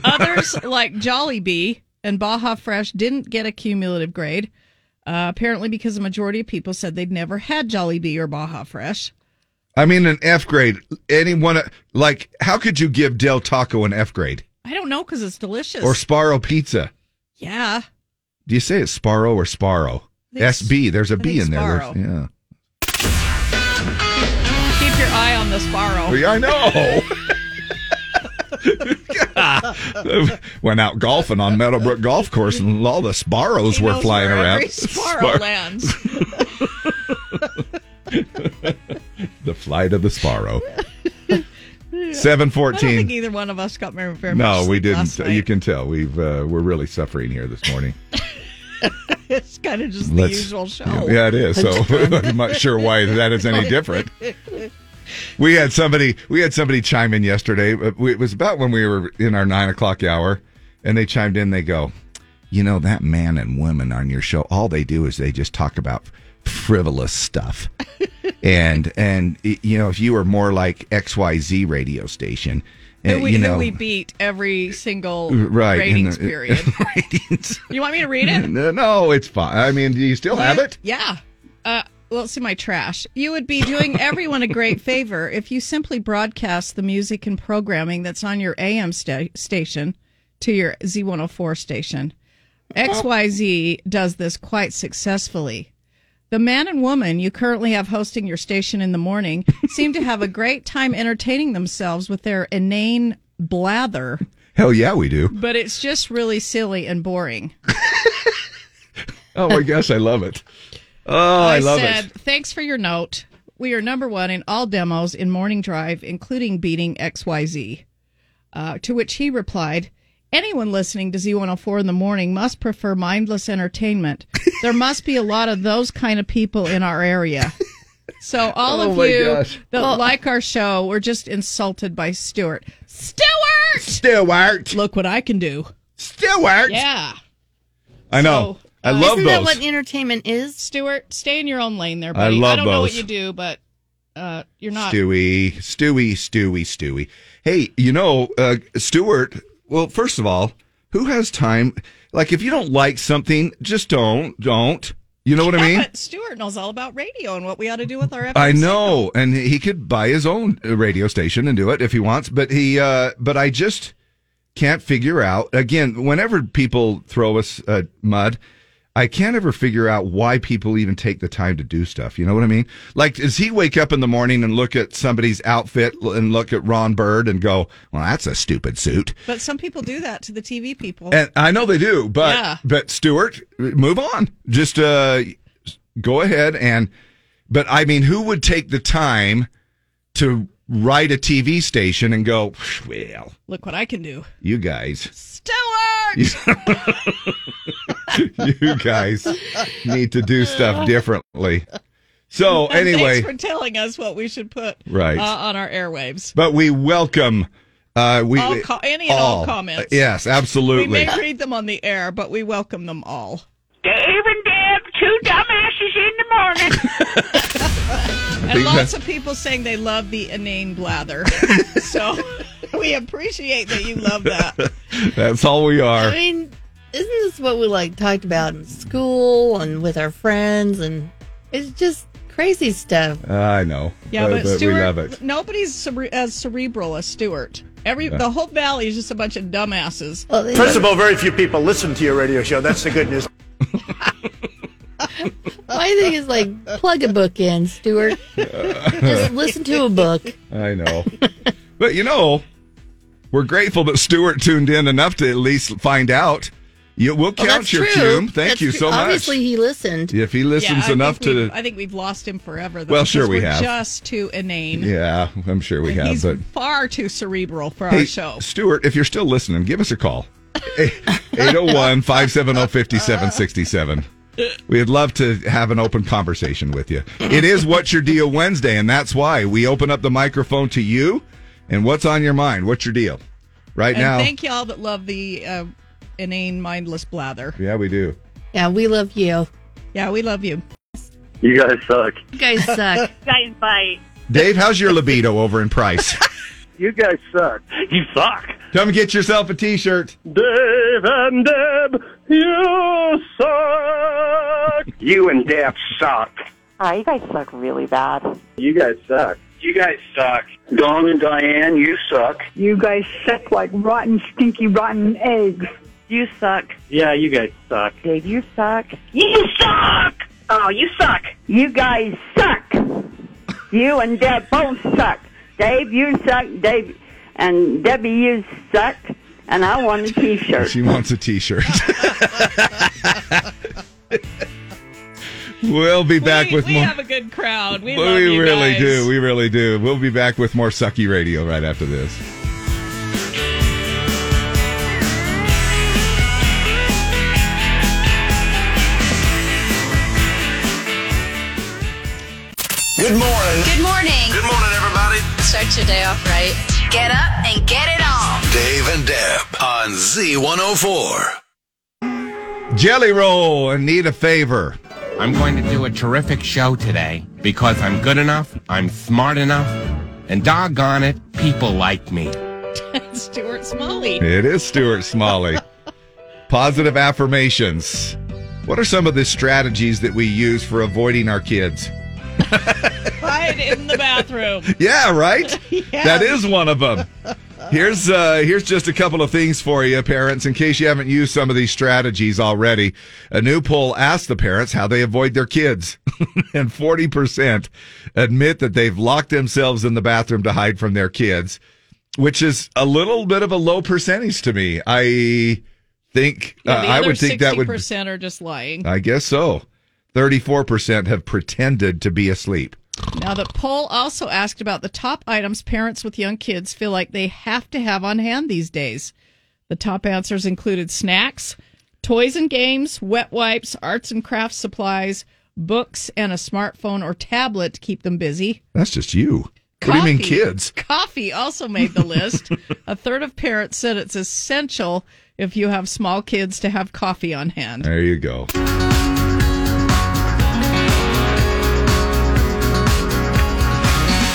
others like Jollibee and Baja Fresh didn't get a cumulative grade, uh, apparently because the majority of people said they'd never had Jollibee or Baja Fresh.
I mean, an F grade. Anyone like? How could you give Del Taco an F grade?
I don't don't know because it's delicious.
Or Sparrow Pizza.
yeah.
Do you say it's Sparrow or Sparrow?
I think
SB. There's a
I
B
think
in there.
Sparrow.
There's- Yeah.
Keep your eye on the sparrow.
Oh, yeah, I know. Went out golfing on Meadowbrook Golf Course, and all the sparrows
He
were
knows
flying
where
around.
Every sparrow
Spar-
lands.
the flight of the sparrow.
I don't
714.
think either one of us got very, very much
No, we
sleep
didn't.
last
You
night.
can tell we've uh, we're really suffering here this morning.
it's kind of just the usual show.
Yeah, yeah, it is. So I'm not sure why that is any different. We had somebody we had somebody chime in yesterday. but we- It was about when we were in our nine o'clock hour, and they chimed in. They go, you know, that man and woman on your show, all they do is they just talk about frivolous stuff. and and y- you know, if you were more like X Y Z radio station, uh,
Who we,
you
who
know,
we beat every single
right and uh,
ratings
the-
period.
ratings.
You want me to read it?
No, no, it's fine. I mean, do you still have it?
Yeah. Uh, well, it's in my trash. You would be doing everyone a great favor if you simply broadcast the music and programming that's on your AM sta- station to your Z104 station. XYZ does this quite successfully. The man and woman you currently have hosting your station in the morning seem to have a great time entertaining themselves with their inane blather,
Hell yeah, we do.
but it's just really silly and boring.
Oh my gosh, I love it. Oh, I, love
said,
it.
Thanks for your note. We are number one in all demos in morning drive, including beating XYZ. Uh, to which he replied, Anyone listening to Z104 in the morning must prefer mindless entertainment. There must be a lot of those kind of people in our area. So, all
Oh
of
my
you
gosh.
that
Well-
like our show were just insulted by Stuart. Stuart!
Stuart!
Look what I can do.
Stuart!
Yeah.
I know. I
uh,
love
isn't
those.
that what
entertainment is?
Stuart, stay in your own lane there,
I
buddy. I,
love
don't know what
those.
you do, but uh, you're not.
Stewie, Stewie, Stewie, Stewie. Hey, you know, uh, Stuart, well, first of all, who has time? Like, if you don't like something, just don't. Don't. You know what I
Yeah,
mean?
but Stuart knows all about radio and what we ought to do with our FM.
I know, and he could buy his own radio station and do it if he wants. But he, uh, but I just can't figure out. Again, whenever people throw us uh, mud, I can't ever figure out why people even take the time to do stuff. You know what I mean? Like, does he wake up in the morning and look at somebody's outfit and look at Ron Bird and go, "Well, that's a stupid suit."
But some people do that to the TV people.
And I know they do, but
Yeah.
but Stuart, move on. Just uh, go ahead and. But I mean, who would take the time to write a TV station and go? Well,
Look what I can do.
you guys,
Stuart!
you guys need to do stuff differently. So
And
anyway,
Thanks for telling us what we should put
Right.
uh, on our airwaves.
but we welcome. Uh, we Uh,
All co- any and all comments.
Yes, absolutely.
We may read them on the air, but we welcome them all.
Dave and Deb, two dumbasses in the morning.
And
think
lots
that-
of people saying they love the inane blather. so we appreciate that you love that.
That's all we
I
are.
mean, isn't this what we like talked about in school and with our friends? And it's just crazy stuff.
I know.
Yeah,
Uh,
but, Stuart,
we love it.
nobody's cere- as cerebral as Stuart. Every
Yeah.
the whole valley is just a bunch of dumbasses.
First of all, very few people listen to your radio show. That's the good news.
My thing is like plug a book in, Stuart. Just listen to a book.
I know. but you know, we're grateful that Stuart tuned in enough to at least find out. You,
Oh,
we'll
Well,
count
that's
your
true.
cume. Thank
That's
you
true.
so
Obviously, he
much.
listened.
If he listens
Yeah, I
enough
think
to,
we've- I think we've lost him forever. Though,
Well, sure
because
we
we're
have.
Just too inane.
yeah, I'm sure we have.
He's
But
far too cerebral for
hey,
our show.
Stuart, if you're still listening, give us a call. 801 570 5767. We'd love to have an open conversation with you. It is What's Your Deal Wednesday, and that's why we open up the microphone to you and what's on your mind. What's your deal? Right
and
now.
thank y'all that love the uh, inane, mindless blather.
yeah, we do.
Yeah, we love you.
Yeah, we love you.
You guys suck.
You guys suck.
guys bite.
Dave, how's your libido over in Price?
You guys suck. You suck.
Come get yourself a T-shirt.
Dave and Deb, you suck. You and Deb suck.
Ah, you guys suck really bad.
You guys suck. You guys suck. Don and Diane, you suck.
You guys suck like rotten, stinky, rotten eggs. You suck.
Yeah, you guys suck.
Dave, you suck. You suck! Oh, you suck. You guys suck. you and Deb both suck. Dave, you suck. Dave and Debbie, you suck. And I want a T-shirt.
She wants a T-shirt. we'll be back
we,
with
we
more.
have a good crowd. We,
Well,
love
we
you
really
guys.
do. We really do. We'll be back with more Sucky Radio right after this.
Good morning.
Good morning.
Good morning, everybody.
Start your day off right. Get up and get it on.
Dave and Deb on Z104.
Jelly roll and need a favor.
I'm going to do a terrific show today because I'm good enough, I'm smart enough, and doggone it, people like me.
Stuart Smalley.
It is Stuart Smalley. Positive affirmations. What are some of the strategies that we use for avoiding our kids?
Hide in the bathroom.
Yeah, right.
Yeah.
That is one of them. Here's uh, here's just a couple of things for you, parents, in case you haven't used some of these strategies already. A new poll asked the parents how they avoid their kids, and forty percent admit that they've locked themselves in the bathroom to hide from their kids, which is a little bit of a low percentage to me. I think
Yeah,
uh,
the
I
other
would think that would.
60% are just lying.
I guess so. Thirty-four percent have pretended to be asleep.
Now, the poll also asked about the top items parents with young kids feel like they have to have on hand these days. The top answers included snacks, toys and games, wet wipes, arts and crafts supplies, books, and a smartphone or tablet to keep them busy.
That's just you. What do you mean,
Coffee-
kids?
Coffee also made the list. a third of parents said it's essential if you have small kids to have coffee on hand.
There you go.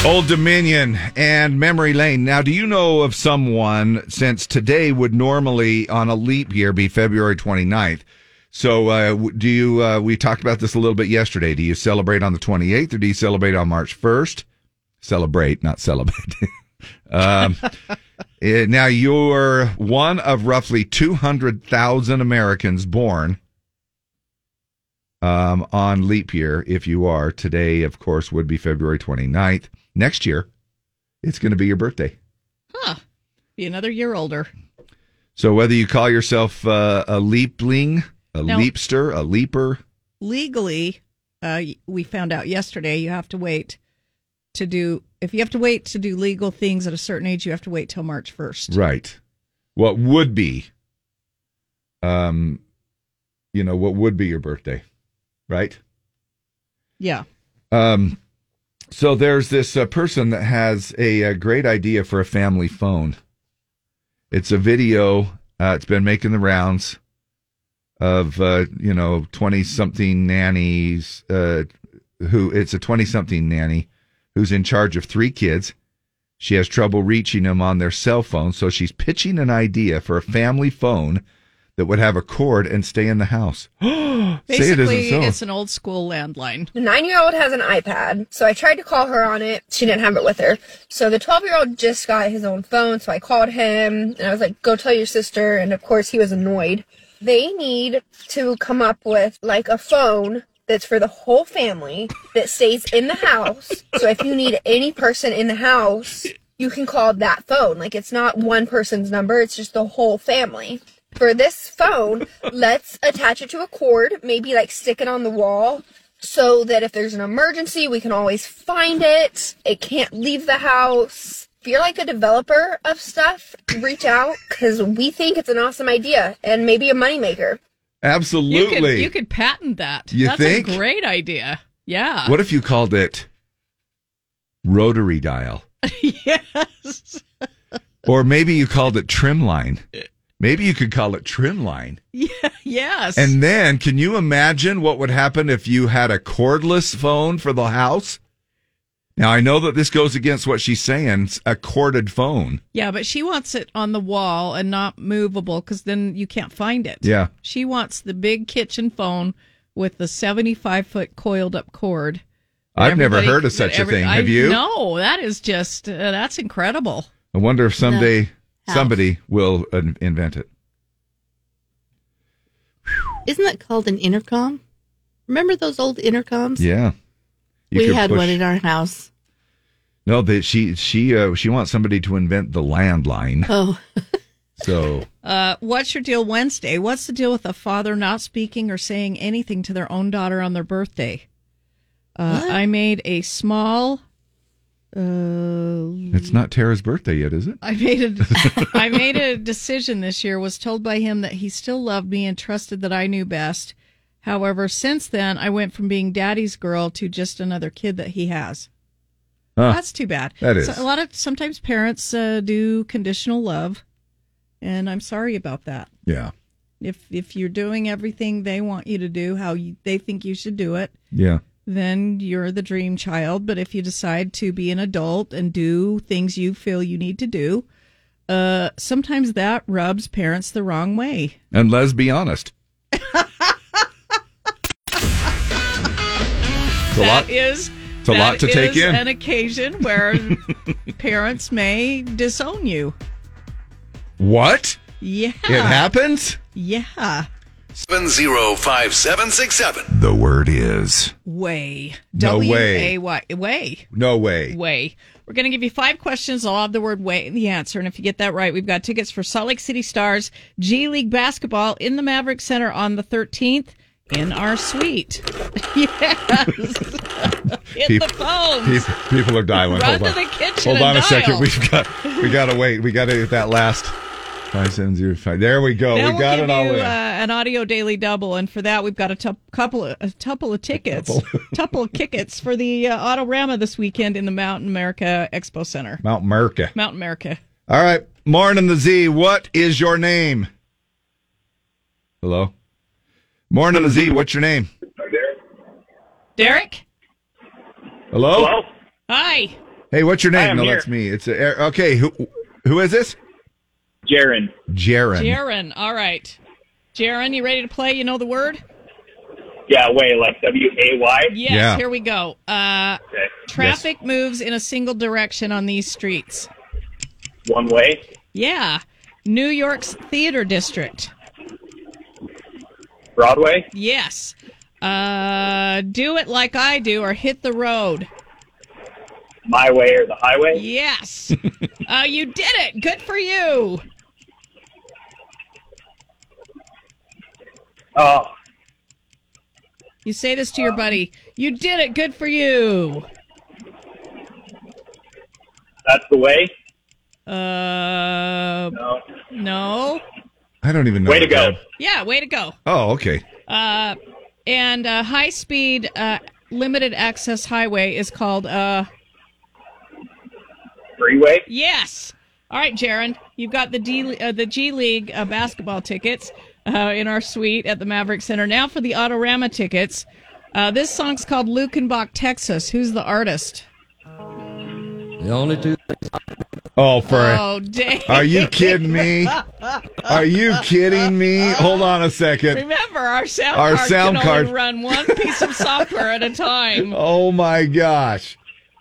Old Dominion and Memory Lane. Now, do you know of someone since today would normally on a leap year be February 29th? So, uh, w- do you, uh, we talked about this a little bit yesterday. Do you celebrate on the 28th or do you celebrate on March 1st? Celebrate, not celebrate. um, eh, now, you're one of roughly 200,000 Americans born um, on leap year if you are. Today, of course, would be February 29th. Next year, it's going to be your birthday.
Be another year older.
So whether you call yourself uh, a leapling, a
No.
leapster, a leaper,
legally, uh, we found out yesterday you have to wait to do if you have to wait to do legal things at a certain age, you have to wait till March first.
right? What would be, um, you know, what would be your birthday, right?
Yeah.
Um, so there's this uh, person that has a, uh great idea for a family phone. It's a video. Uh, it's been making the rounds of uh, you know twenty something nannies. Uh, who it's a twenty something nanny who's in charge of three kids. She has trouble reaching them on their cell phone, so she's pitching an idea for a family phone that would have a cord and stay in the house. Say it isn't
Basically,
so.
it's an old school landline.
The nine year old has an iPad, so I tried to call her on it. She didn't have it with her. So the 12 year old just got his own phone, so I called him and I was like, go tell your sister. And of course, he was annoyed. They need to come up with like a phone that's for the whole family that stays in the house. So if you need any person in the house, you can call that phone. Like it's not one person's number, it's just the whole family. For this phone, let's attach it to a cord, maybe like stick it on the wall so that if there's an emergency, we can always find it. It can't leave the house. If you're like a developer of stuff, reach out because we think it's an awesome idea and maybe a moneymaker.
You could,
Absolutely.
you could patent that.
You
That's
think?
a great idea. Yeah.
What if you called it rotary dial?
yes.
Or maybe you called it trim line. Maybe you could call it trim line.
Yes.
And then can you imagine what would happen if you had a cordless phone for the house? Now I know that this goes against what she's saying, it's a corded phone.
yeah, but she wants it on the wall and not movable because then you can't find it.
Yeah.
She wants the big kitchen phone with the 75 foot coiled up cord
I've never
Everybody-
heard of such a
every-
thing.
I-
Have you?
No, that is just uh, that's incredible.
I wonder if someday
House.
somebody will uh, invent it.
Isn't that called an intercom? Remember those old intercoms?
Yeah. You
we
could
had
push-
one in our house.
No, that she she uh, she wants somebody to invent the landline.
Oh.
So
Uh, what's your deal Wednesday? What's the deal with a father not speaking or saying anything to their own daughter on their birthday? Uh, I made a small. Uh,
it's not Tara's birthday yet, is it?
I made a I made a decision this year. Was told by him that he still loved me and trusted that I knew best. However, since then, I went from being daddy's girl to just another kid that he has.
Huh.
That's too bad.
That is.
So a lot of sometimes parents uh, do conditional love, and I'm sorry about that.
Yeah.
If if you're doing everything they want you to do, how you, they think you should do it,
Yeah.
then you're the dream child. But if you decide to be an adult and do things you feel you need to do, uh, sometimes that rubs parents the wrong way.
And let's be honest. it's a lot.
That is.
it's a lot
that
to take
is
in.
An occasion where parents may disown you.
what?
Yeah.
It happens?
Yeah.
705767.
The word is.
Way.
No way.
W-A-Y. Way.
No way.
Way. We're going to give you five questions. I'll have the word way in the answer. And if you get that right, we've got tickets for Salt Lake City Stars G League basketball in the Maverick Center on the 13th in our suite. Yes. Hit
Peop-
the phones.
People, people are dialing.
Run
Hold on.
to the
Hold
kitchen and
on a
dial.
second. We've got we gotta wait. We gotta get that last five seven zero five. There we go.
now
we
we'll
got
give
it all
you,
in.
Uh, an audio daily double, and for that we've got a tup- couple of, a couple of tickets, couple of tickets for the uh, Autorama this weekend in the Mountain America Expo Center.
Mount Merca.
Mountain America.
All right. Morning the Z. What is your name? Hello? Morning the Z. What's your name?
Derek.
Hello?
Hi.
Hey, what's your
I
name?
am
No,
here.
that's me. It's uh, okay. Who who is this? Jaron. Jaron.
Jaron. All right. Jaron, you ready to play? You know the word?
Yeah, way like W A Y.
Yes. Here we go. Uh, Traffic moves in a single direction on these streets.
One way.
Yeah. New York's theater district.
Broadway.
Yes. Uh, do it like I do or hit the road.
My way or the highway.
Yes. Oh, you did it. Good for you.
Oh,
You say this to your buddy. You did it. Good for you.
that's the way.
Uh,
no.
I don't even know.
Way to
that.
go.
Yeah, way to go.
Oh, okay.
Uh, and uh, high speed uh, limited access highway is called. Uh,
Freeway.
yes. All right, Jaron, you've got the D, uh, the G League uh, basketball tickets uh, in our suite at the Maverick Center. Now for the Autorama tickets. Uh, this song's called Lukenbach, Texas. Who's the artist?
The only two things
Oh, for
Oh, dang.
Are you kidding me? Are you kidding me? Hold on a second.
Remember, our sound
Our
card
sound
can
card.
only run one piece of software at a time.
Oh my gosh.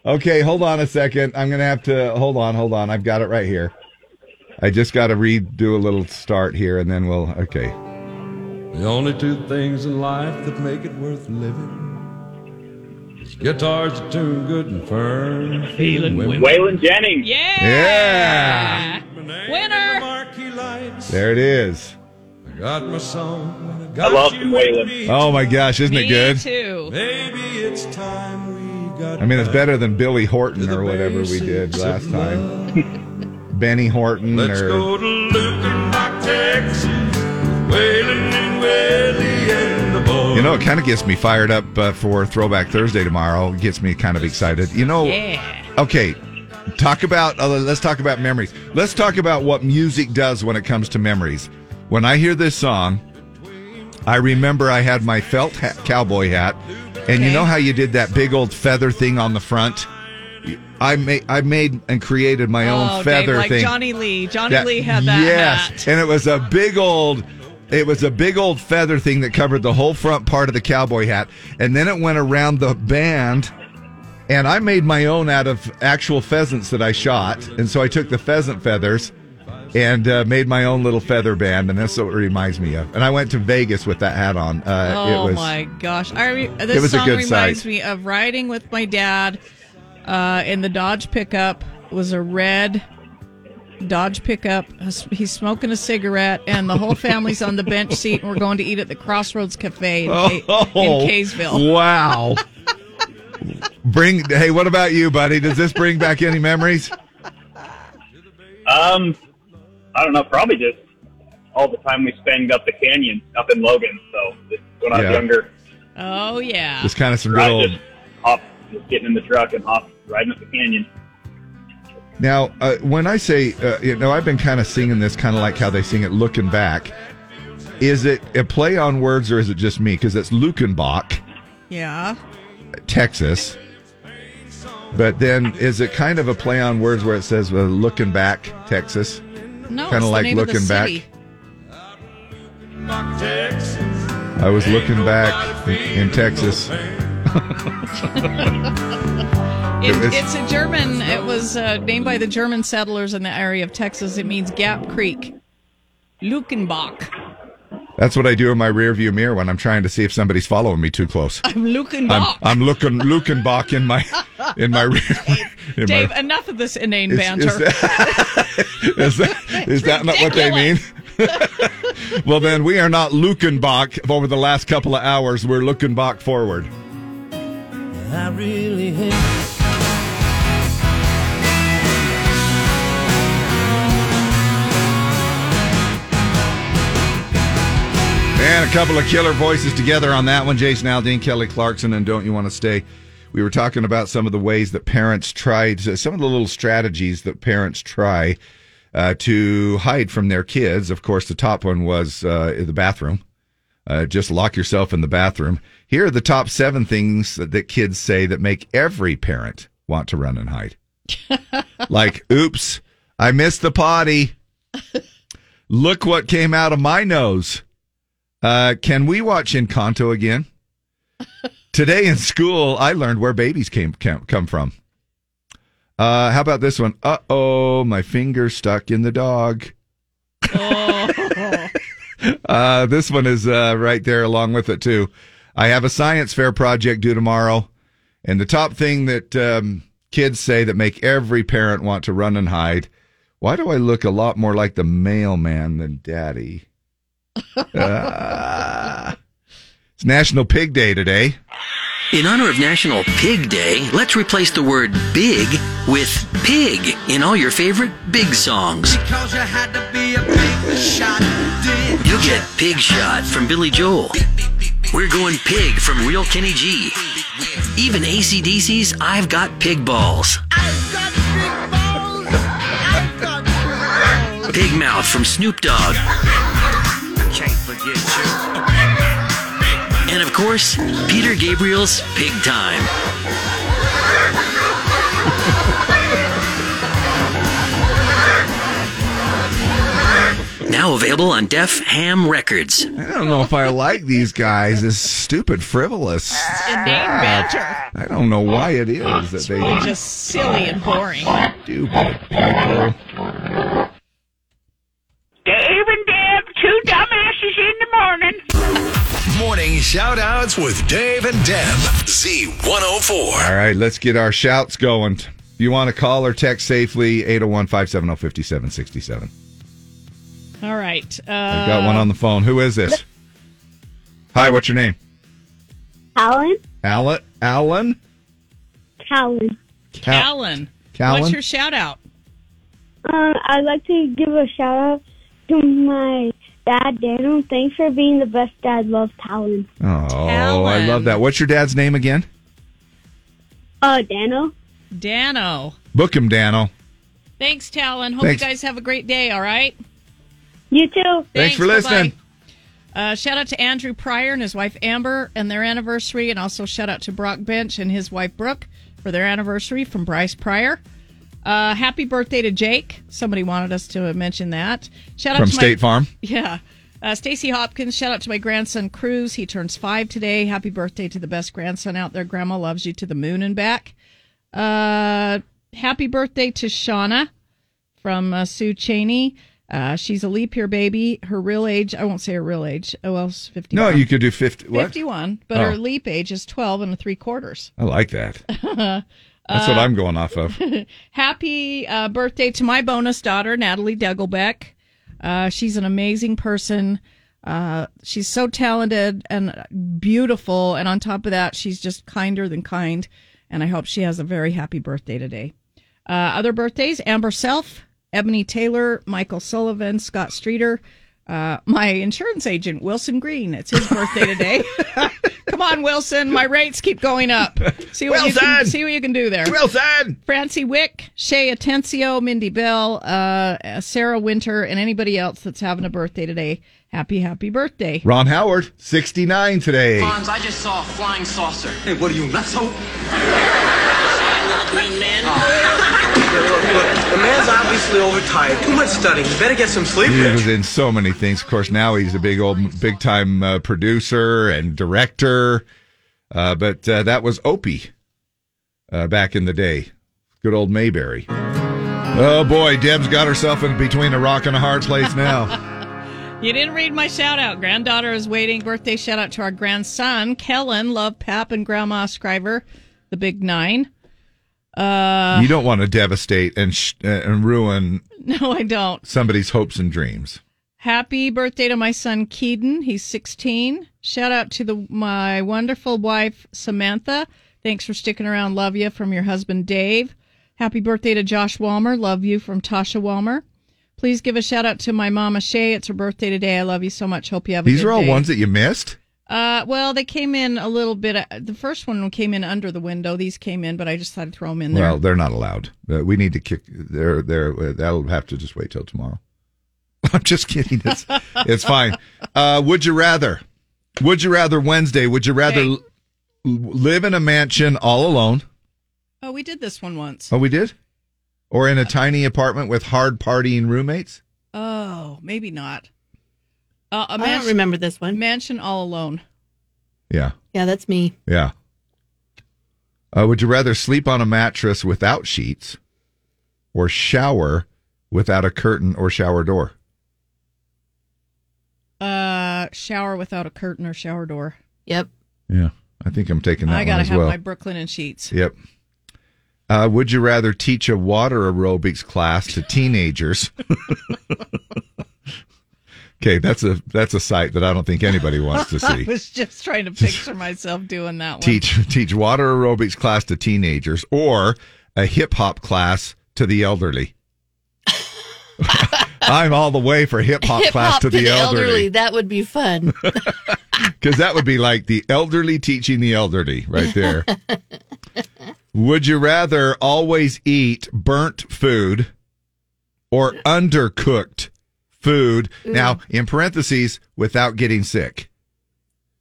Okay, hold on a second. I'm going to have to hold on, hold on. I've got it right here. I just got to redo a little start here and then we'll okay.
The only two things in life that make it worth living is guitars that tune good and firm. Feeling women.
Waylon Jennings.
Yeah.
Yeah. Winner.
There it is.
I got my song. and I
I
got
love
you.
some Waylon.
Oh my gosh, isn't it good?
too.
Maybe it's time we got.
I mean, it's better than Billy Horton or whatever we did last time. Benny Horton
Let's
or
go to Lukenbach, Texas. Waylon and Willie and the boys.
You know, it kind of gets me fired up uh, for Throwback Thursday tomorrow. It gets me kind of excited. You know,
Yeah.
okay, talk about, uh, let's talk about memories. Let's talk about what music does when it comes to memories. When I hear this song, I remember I had my felt hat, cowboy hat, and you know how you did that big old feather thing on the front? I made, I made and created my
oh,
own feather
Dave, like
thing.
Johnny Lee. Johnny
That-
Lee had that
Yes,
hat.
and it was a big old. It was a big old feather thing that covered the whole front part of the cowboy hat, and then it went around the band And I made my own out of actual pheasants that I shot. And so I took the pheasant feathers and uh, made my own little feather band. And that's what it reminds me of. And I went to Vegas with that hat on. Uh,
oh
it was,
my gosh! I re- this
was a
song
good
reminds
sight.
me of riding with my dad uh, in the Dodge pickup. It was a red Dodge pickup. He's smoking a cigarette, and the whole family's on the bench seat, and we're going to eat at the Crossroads Cafe in, Ca-
Oh.
in Kaysville.
Wow. bring hey, what about you, buddy? Does this bring back any memories?
Um, I don't know. Probably just all the time we spend up the canyon up in Logan. So just when I was
Yeah.
younger,
Oh yeah.
Just kind of some good old
hop, just getting in the truck and hop riding up the canyon.
Now, uh, when I say, uh, you know, I've been kind of singing this kind of like how they sing it looking back. Is it a play on words or is it just me? Because it's Lukenbach,
Yeah.
Texas. But then is it kind of a play on words where it says uh, looking back, Texas?
No,
kind
it's
of
the
like
name of the
looking back.
city.
I was looking back in, in Texas.
It,
It was-
it's a German. It was uh, named by the German settlers in the area of Texas. It means Gap Creek, Lukenbach.
That's what I do in my rearview mirror when I'm trying to see if somebody's following me too close.
I'm Lukenbach.
I'm, I'm looking looking back in my in my rear. in my-
Dave, enough of this inane
Is-
banter.
Is that, is that, is that not what they mean? well, then we are not looking back over the last couple of hours. We're looking back forward.
I really hate.
And a couple of killer voices together on that one Jason Aldean, Kelly Clarkson, and Don't You Want to Stay. We were talking about some of the ways that parents try, to, some of the little strategies that parents try uh, to hide from their kids. Of course, the top one was uh, the bathroom. Uh, just lock yourself in the bathroom. Here are the top seven things that, that kids say that make every parent want to run and hide. like, oops, I missed the potty. Look what came out of my nose. Uh, can we watch Encanto again? Today in school, I learned where babies came cam- come from. Uh, how about this one? Uh oh, my finger stuck in the dog. Uh, this one is uh, right there along with it too. I have a science fair project due tomorrow, and the top thing that um, kids say that make every parent want to run and hide. Why do I look a lot more like the mailman than daddy? Ah. it's National Pig Day today.
In honor of National Pig Day, let's replace the word big with pig in all your favorite big songs.
Because you had to be a big shot.
You'll get Pig Shot from Billy Joel. We're going pig from Real Kenny G. Even ACDC's I've Got Pig Balls. Pig Mouth from Snoop Dogg.
Can't forget you.
And of course, Peter Gabriel's Pig Time. now available on Def Ham Records.
I don't know if I like these guys. This stupid, frivolous.
Inane
stuff.
banter.
I don't know why it is that they
It's just silly and boring.
stupid people.
Dave and Deb, two dumbasses in the morning.
Morning shout outs with Dave and Deb. Z104.
All right, let's get our shouts going. If you want to call or text safely, 801 570 5767.
All right. Uh,
I've got one on the phone. Who is this? Hi, what's your name?
uh,
Alan?
Alan? Alan?
Callan.
Cal-
Callan.
Callan?
What's your shout out?
Um, I'd like to give a shout out to my dad, Daniel. Thanks for being the best dad. Love Talon.
Oh, I love that. What's your dad's name again?
Uh, Dano?
Dano.
Book him, Dano.
Thanks, Talon. Hope
Thanks.
you guys have a great day, all right?
You too. Thanks,
Thanks for listening.
Uh, shout out to Andrew Pryor and his wife Amber and their anniversary, and also shout out to Brock Bench and his wife Brooke for their anniversary from Bryce Pryor. Uh, happy birthday to Jake. Somebody wanted us to mention that. Shout out
From
to my-
State Farm?
Yeah. Uh, Stacy Hopkins, shout out to my grandson Cruz. He turns five today. Happy birthday to the best grandson out there. Grandma loves you to the moon and back. Uh, happy birthday to Shauna from uh, Sue Cheney. Uh, she's a leap year baby. Her real age, I won't say her real age. Oh, well, it's 51.
No, you could do 50. What?
51, but
Oh.
her leap age is 12 and three quarters.
I like that.
That's
That's what I'm going off of.
happy uh, birthday to my bonus daughter, Natalie Degelbeck. Uh, she's an amazing person. Uh, she's so talented and beautiful. And on top of that, she's just kinder than kind. And I hope she has a very happy birthday today. Uh, other birthdays Amber Self, Ebony Taylor, Michael Sullivan, Scott Streeter. Uh, my insurance agent, Wilson Green. It's his birthday today. Come on, Wilson. My rates keep going up. See what you can,
Wilson!
see what you can do there. Wilson, Francie Wick, Shay Atencio, Mindy Bell, uh, Sarah Winter, and anybody else that's having a birthday today. Happy, happy birthday!
Ron Howard, 69 today.
Hans, I just saw a flying saucer.
Hey, what are you, nutso?
Green man.
The man's obviously overtired. Too much studying. Better get some sleep.
He was in so many things. Of course, now he's a big old, big time uh, producer and director. Uh, but uh, that was Opie uh, back in the day. Good old Mayberry. Oh boy, Deb's got herself in between a rock and a hard place now.
You didn't read my shout out. Granddaughter is waiting. Birthday shout out to our grandson, Kellen. Love Pap and Grandma Scriver, the big nine. Uh,
you don't want to devastate and sh- uh, and ruin
No, I don't.
somebody's hopes and dreams.
Happy birthday to my son Keaton. He's 16. Shout out to the my wonderful wife Samantha. Thanks for sticking around. Love you from your husband Dave. Happy birthday to Josh Walmer. Love you from Tasha Walmer. Please give a shout out to my mama Shay. It's her birthday today. I love you so much. Hope you have a
These
good
are all
day.
ones that you missed.
Uh, well, they came in a little bit. uh, The first one came in under the window. These came in, but I just thought I'd throw them in there.
Well, they're not allowed. Uh, we need to kick. They're, they're, uh, that'll have to just wait till tomorrow. I'm just kidding. It's, it's fine. Uh, would you rather? Would you rather Wednesday? Would you rather l- live in a mansion all alone?
oh, we did this one once.
Oh, we did? Or in a tiny apartment with hard partying roommates?
Oh, maybe not. Uh, a
I don't remember this one.
Mansion all alone.
Yeah.
Yeah, that's me.
Yeah. Uh, would you rather sleep on a mattress without sheets or shower without a curtain or shower door?
Uh, shower without a curtain or shower door.
Yep.
Yeah. I think I'm taking that
I
one
gotta
as
have
well.
my Brooklyn and sheets.
Yep. Uh, would you rather teach a water aerobics class to teenagers? okay, that's a that's a sight that I don't think anybody wants to
I
see.
was just trying to picture myself doing that one.
teach teach water aerobics class to teenagers or a hip hop class to the elderly. I'm all the way for hip hop
Hip
class
hop
to the, elderly
That would be fun.
because that would be like the elderly teaching the elderly right there. Would you rather always eat burnt food or undercooked food?
Mm.
Now, in parentheses, without getting sick.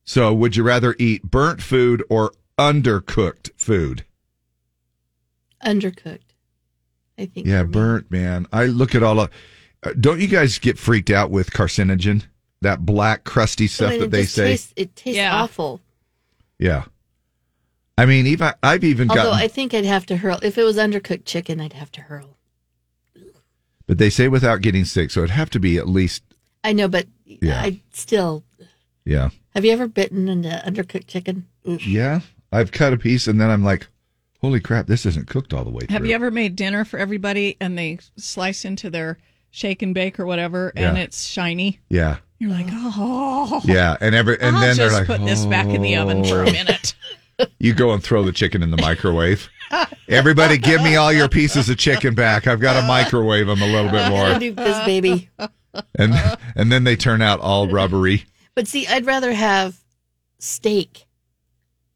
So, would you rather eat burnt food or undercooked food?
Undercooked. I think.
Yeah, burnt, man. I look at all of. uh, Don't you guys get freaked out with carcinogen? That black, crusty stuff
But
that
Oh, it
they
just
say.
tastes- it tastes awful.
Yeah. I mean, even I've even
Although
gotten.
I think I'd have to hurl. If it was undercooked chicken, I'd have to hurl.
But they say without getting sick, so it'd have to be at least
I know, but
Yeah.
I still.
yeah.
Have you ever bitten into undercooked chicken? Oof.
Yeah. I've cut a piece and then I'm like, holy crap, this isn't cooked all the way through.
Have you ever made dinner for everybody and they slice into their shake and bake or whatever, and
Yeah.
it's shiny?
Yeah.
You're like, oh,
Yeah. And every and
I'll
then they're
just
like
put this back in the oven for a
"Oh."
minute.
You go and throw the chicken in the microwave. Everybody give me all your pieces of chicken back. I've
Uh,
got to microwave them a little bit more.
Undercooked this baby.
And
uh.
and then they turn out all rubbery.
But see, I'd rather have steak.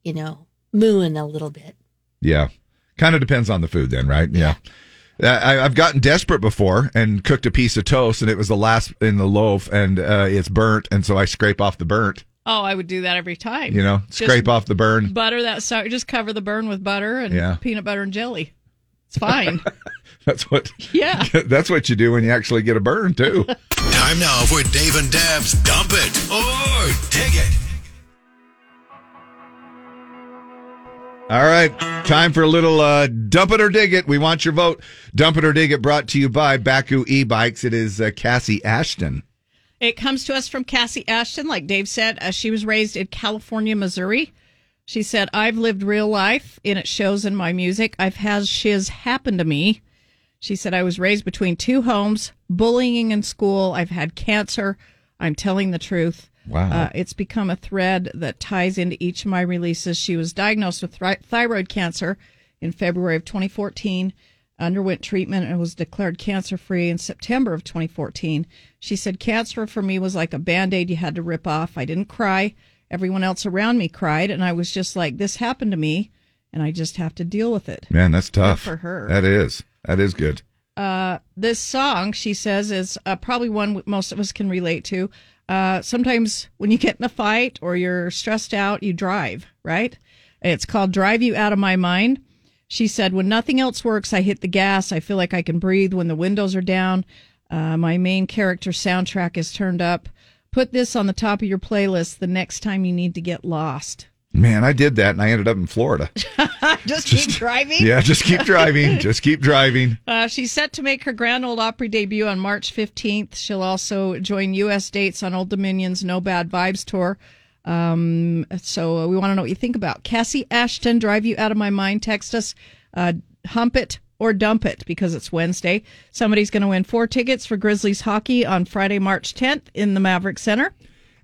You know, mooing a little bit.
Yeah. Kind of depends on the food then, right? Yeah. Uh, I, I've gotten desperate before and cooked a piece of toast and it was the last in the loaf and uh, it's burnt. And so I scrape off the burnt,
Oh, I would do that every time.
you know,
Just
scrape off the burn.
butter that sour. Just cover the burn with butter and
Yeah.
peanut butter and jelly. It's fine.
That's what,
yeah.
that's what you do when you actually get a burn too.
Time now for Dave and Deb's Dump It or Dig It.
All right, time for a little uh, dump it or dig it. We want your vote. Dump it or dig it brought to you by Baku e-bikes. It is uh, Cassie Ashton.
It comes to us from Cassie Ashton. Like Dave said, uh, she was raised in California, Missouri. She said, I've lived real life and it shows in my music. I've had shiz happen to me. She said, I was raised between two homes, bullying in school. I've had cancer. I'm telling the truth.
Wow.
Uh, it's become a thread that ties into each of my releases. She was diagnosed with thri- thyroid cancer in February of 2014, underwent treatment, and was declared cancer free in September of 2014. She said, Cancer for me was like a band aid you had to rip off. I didn't cry. Everyone else around me cried, and I was just like, This happened to me, and I just have to deal with it.
Man, that's tough.
Good for her.
That is. That is good.
Uh, this song, she says, is uh, probably one most of us can relate to. Uh, sometimes when you get in a fight or you're stressed out, you drive, right? It's called Drive You Out of My Mind. She said, When nothing else works, I hit the gas. I feel like I can breathe when the windows are down. Uh, my main character soundtrack is turned up. Put this on the top of your playlist the next time you need to get lost.
Man, I did that and I ended up in Florida.
just, keep driving.
yeah, just keep driving. Just keep driving.
Uh, she's set to make her Grand Old Opry debut on March 15th. She'll also join U.S. dates on Old Dominion's No Bad Vibes tour. Um, so uh, we want to know what you think about Cassie Ashton. Drive you out of my mind. Text us, uh, hump it or dump it because it's Wednesday. Somebody's going to win four tickets for Grizzlies hockey on Friday, March 10th in the Maverick Center.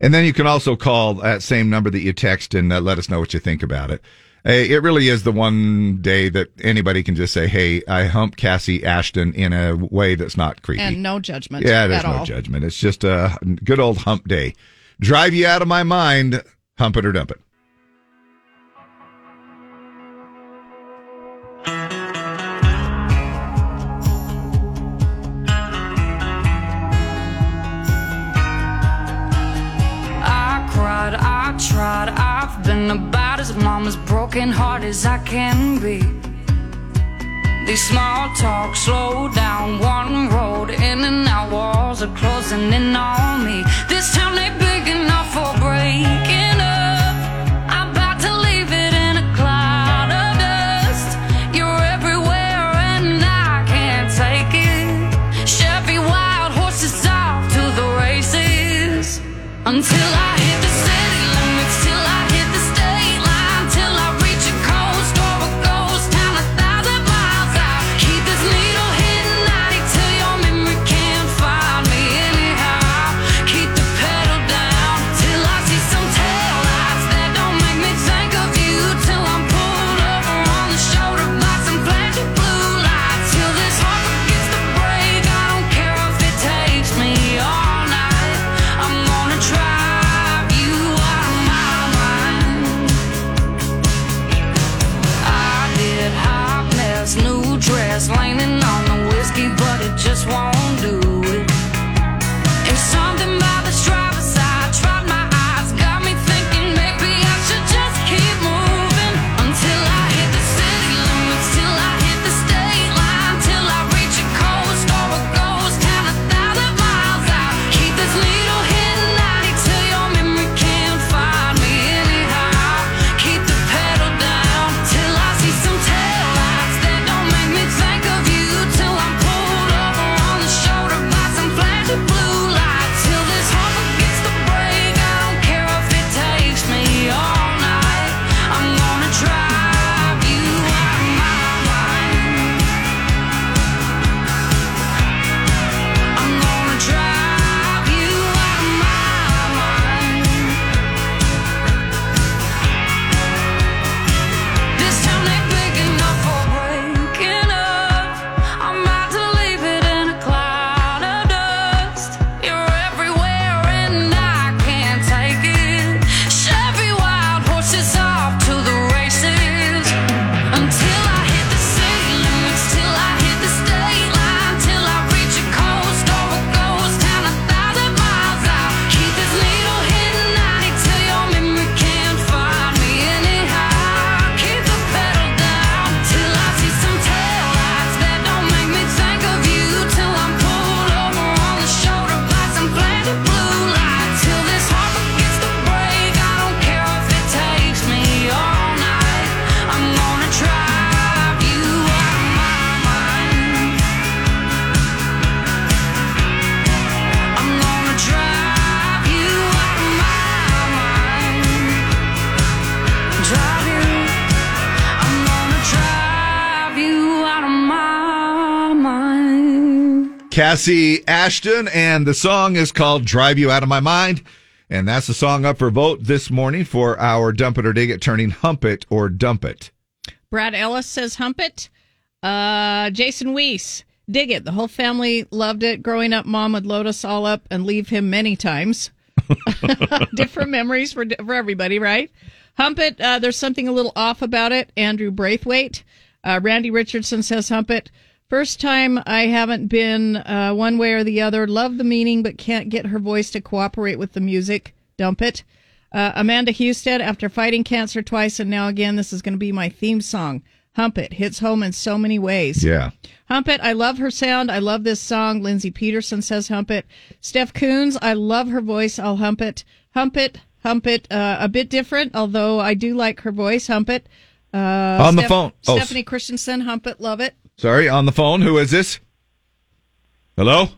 And then you can also call that same number that you text and uh, let us know what you think about it. Uh, It really is the one day that anybody can just say, "Hey, I hump Cassie Ashton in a way that's not creepy."
And no judgment.
yeah, there's
at
no
all.
judgment. It's just a good old hump day. Drive you out of my mind, hump it or dump it.
I cried, I tried, I've been about as mama's broken heart as I can be. These small talk slow down one road, in and out walls are closing in on me. This town ain't big enough for breaking up. I'm about to leave it in a cloud of dust. You're everywhere and I can't take it. Chevy wild horses off to the races. Until I hit the city limits, till I hit the state line, till I reach a coast or a ghost town a thousand miles out. Keep this needle hidden, 90 till your memory can't find me anyhow. Keep the pedal down till I see some taillights that don't make me think of you till I'm pulled over on the shoulder by some flashy blue lights. Till this heart forgets the break, I don't care if it takes me all night. I'm gonna try.
Cassie Ashton, and the song is called Drive You Out of My Mind. And that's the song up for vote this morning for our Dump It or Dig It, turning Hump It or Dump It.
Brad Ellis says hump it. Uh, Jason Weiss, dig it. The whole family loved it. Growing up, mom would load us all up and leave him many times. Different memories for, for everybody, right? Hump it. Uh, there's something a little off about it. Andrew Braithwaite. Uh, Randy Richardson says hump it. First time I haven't been uh, one way or the other. Love the meaning, but can't get her voice to cooperate with the music. Dump it. Uh, Amanda Husted, after fighting cancer twice and now again, this is going to be my theme song. Hump It hits home in so many ways.
Yeah.
Hump It, I love her sound. I love this song. Lindsay Peterson says Hump It. Steph Coons, I love her voice. I'll hump it. Hump It, Hump It, uh, a bit different, although I do like her voice. Hump It. Uh,
On the phone. Oh, s-
Stephanie Christensen, Hump It, love it.
Sorry, on the phone. Who is this? Hello?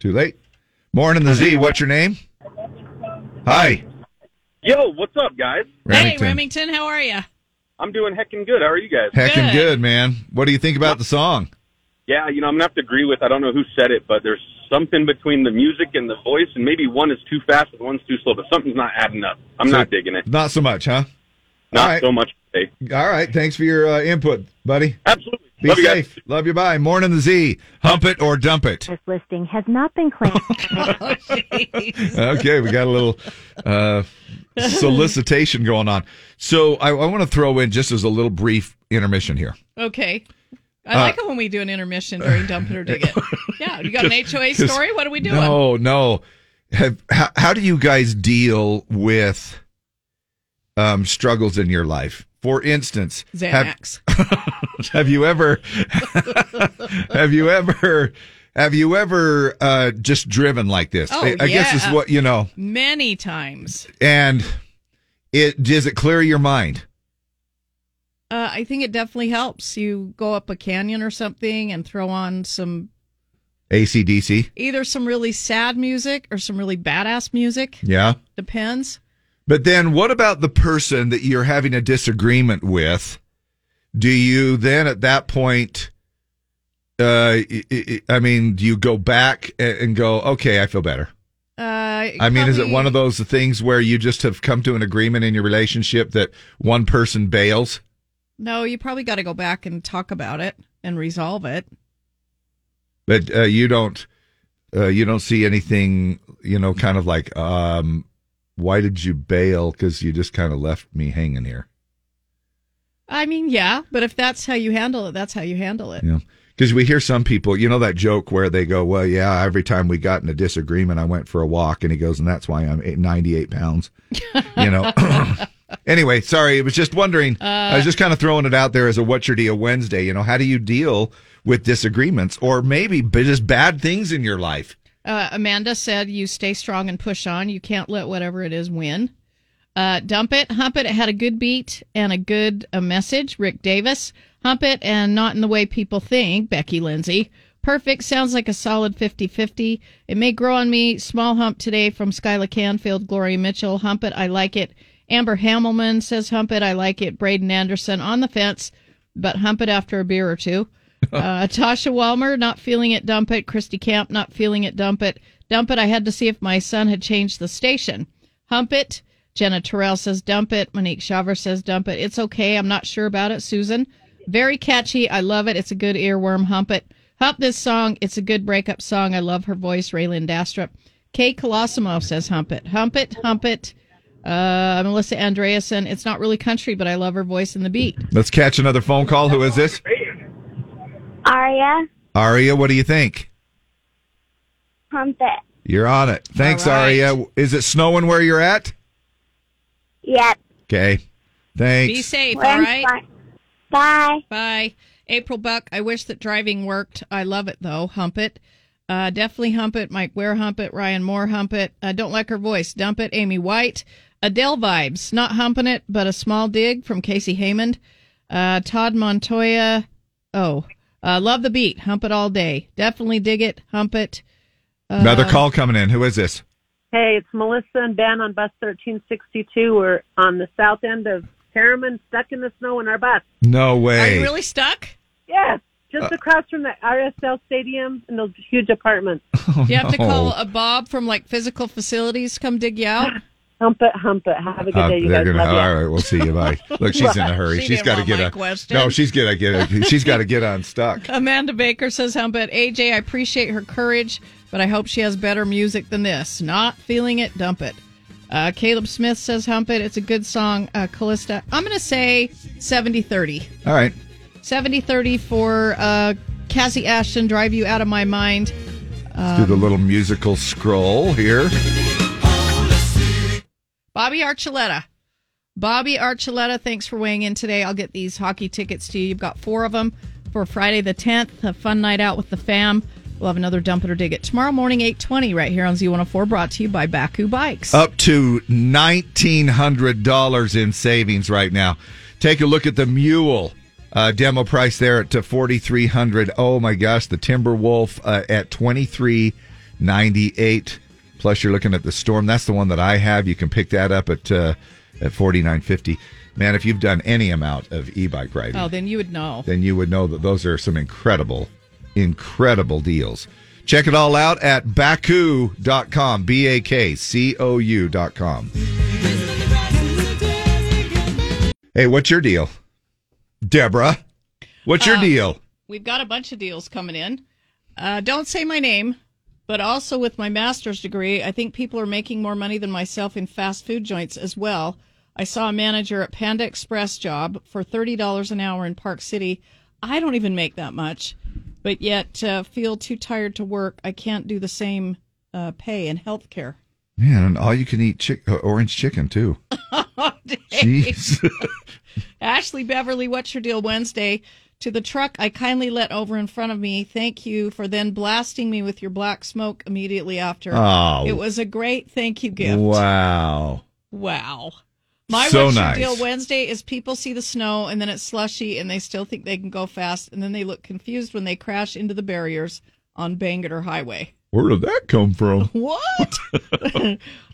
Too late. Morning, the Z. What's your name? Hi.
Yo, what's up, guys?
Remington.
Hey, Remington, how are you?
I'm doing heckin' good. How are you guys?
Heckin' good, man. What do you think about the song?
Yeah, you know, I'm gonna have to agree with. I don't know who said it, but there's something between the music and the voice, and maybe one is too fast and one's too slow, but something's not adding up. I'm
So-
not digging it.
Not so much, huh?
Not
all right.
so much. Hey,
All right. Thanks for your uh, input, buddy.
Absolutely.
Be
Love you guys.
safe. Love you. Bye. Morning, the Z. Hump it or dump it.
This listing has not been claimed.
okay, we got a little uh, solicitation going on. So I, I want to throw in just as a little brief intermission here.
Okay. I
Uh,
like it when we do an intermission during Dump It or Dig It. Yeah, you got an HOA
Because-
story? What are we doing?
No, no. Have, how, how do you guys deal with um, struggles in your life? For instance, have,
Xanax.
have you ever have you ever have you ever uh, just driven like this?
Oh,
I, I guess
yeah.
is what you know.
Many times.
And it does it clear your mind?
Uh, I think it definitely helps. You go up a canyon or something and throw on some
ACDC.
either some really sad music or some really badass music.
Yeah.
Depends.
But then what about the person that you're having a disagreement with? Do you then at that point, uh, I- I I mean, do you go back a- and go, okay, I feel better?
Uh,
I mean, is it one of those things where you just have come to an agreement in your relationship that one person bails?
No, you probably got to go back and talk about it and resolve it.
But uh, you don't, uh, you don't see anything, you know, kind of like, um, why did you bail? Because you just kind of left me hanging here.
I mean, yeah, but if that's how you handle it, that's how you handle it.
Yeah. Because we hear some people, you know, that joke where they go, well, yeah, every time we got in a disagreement, I went for a walk. And he goes, and that's why I'm eight- 98 pounds. You know. anyway, sorry. I was just wondering.
Uh,
I was just kind of throwing it out there as a What's Your Deal Wednesday. You know, how do you deal with disagreements or maybe b- just bad things in your life?
Uh, Amanda said, "You stay strong and push on. You can't let whatever it is win. Uh, dump it, hump it. It had a good beat and a good uh message." Rick Davis, hump it and not in the way people think. Becky Lindsay, perfect. Sounds like a solid 50-50. It may grow on me. Small hump today from Skyla Canfield, Gloria Mitchell. Hump it. I like it. Amber Hamelman says, "Hump it. I like it." Braden Anderson on the fence, but hump it after a beer or two. Uh, Tasha Walmer, not feeling it, dump it. Christy Camp, not feeling it, dump it. Dump it, I had to see if my son had changed the station. Hump it. Jenna Terrell says dump it. Monique Shaver says dump it. It's okay. I'm not sure about it, Susan. Very catchy. I love it. It's a good earworm. Hump it. Hump this song. It's a good breakup song. I love her voice. Raylan Dastrup. Kay Colosimo says hump it. Hump it. Hump it. Uh, Melissa Andreasen. It's not really country, but I love her voice and the beat.
Let's catch another phone call. Who is this?
Aria,
Aria, what do you think?
hump it.
You're on it. Thanks,
All right.
Aria. Is it snowing where you're at?
Yep.
Okay. Thanks.
Be safe,
Well,
all right?
Bye.
Bye. April Buck, I wish that driving worked. I love it, though. Hump it. Uh, definitely hump it. Mike Ware, hump it. Ryan Moore, hump it. I don't like her voice. Dump it. Amy White. Adele vibes. Not humping it, but a small dig from Casey Haymond. Uh, Todd Montoya. Oh, uh, love the beat. Hump it all day. Definitely dig it. Hump it. Uh,
Another call coming in. Who is this?
Hey, it's Melissa and Ben on bus 1362. We're on the south end of Harriman, stuck in the snow in our bus.
No way.
Stuck? Yes.
Uh,
Just across from the RSL Stadium in those huge apartments.
you have to
Oh, no.
call a Bob from like physical facilities to come dig you out.
Hump it, hump it. Have a good
Uh,
day, you
they're
guys.
gonna-
Love ya.
all right, we'll see you. Bye. Look, she's in a hurry.
She
she's
didn't
got to
want
get
my
a
question.
no. She's gonna get. A, she's got to get unstuck.
Amanda Baker says, "How about AJ? I appreciate her courage, but I hope she has better music than this. Not feeling it, dump it." Uh, Caleb Smith says, "Hump it. It's a good song, uh, Callista. I'm going to say 70-30.
All right.
70-30 for uh, Cassie Ashton. Drive you out of my mind.
Do the
Um,
little musical scroll here.
Bobby Archuleta. Bobby Archuleta, thanks for weighing in today. I'll get these hockey tickets to you. You've got four of them for Friday the 10th, a fun night out with the fam. We'll have another dump it or dig it tomorrow morning, 820, right here on Z104, brought to you by Baku Bikes.
Up to $1,900 in savings right now. Take a look at the Mule uh, demo price there at to 4300 Oh my gosh, the Timberwolf uh, at 2398 Plus, you're looking at the Storm. That's the one that I have. You can pick that up at uh, at 4950 Man, if you've done any amount of e bike riding,
Oh, then you would know.
then you would know that those are some incredible, incredible deals. Check it all out at baku.com, B A K C O U.com. Hey, what's your deal? Deborah, what's your
Uh,
deal?
We've got a bunch of deals coming in. Uh, don't say my name, but also with my master's degree, I think people are making more money than myself in fast food joints as well. I saw a manager at Panda Express job for $30 an hour in Park City. I don't even make that much, but yet uh, feel too tired to work. I can't do the same uh, pay in healthcare.
Man, and all you can eat chick- uh, orange chicken, too.
Oh,
Jeez.
Ashley Beverly, what's your deal Wednesday? To the truck I kindly let over in front of me. Thank you for then blasting me with your black smoke immediately after.
Oh.
It was a great thank you gift.
wow.
Wow. My
So
what's
nice.
your deal Wednesday is people see the snow and then it's slushy and they still think they can go fast and then they look confused when they crash into the barriers on Bangor Highway.
Where did that come from?
What?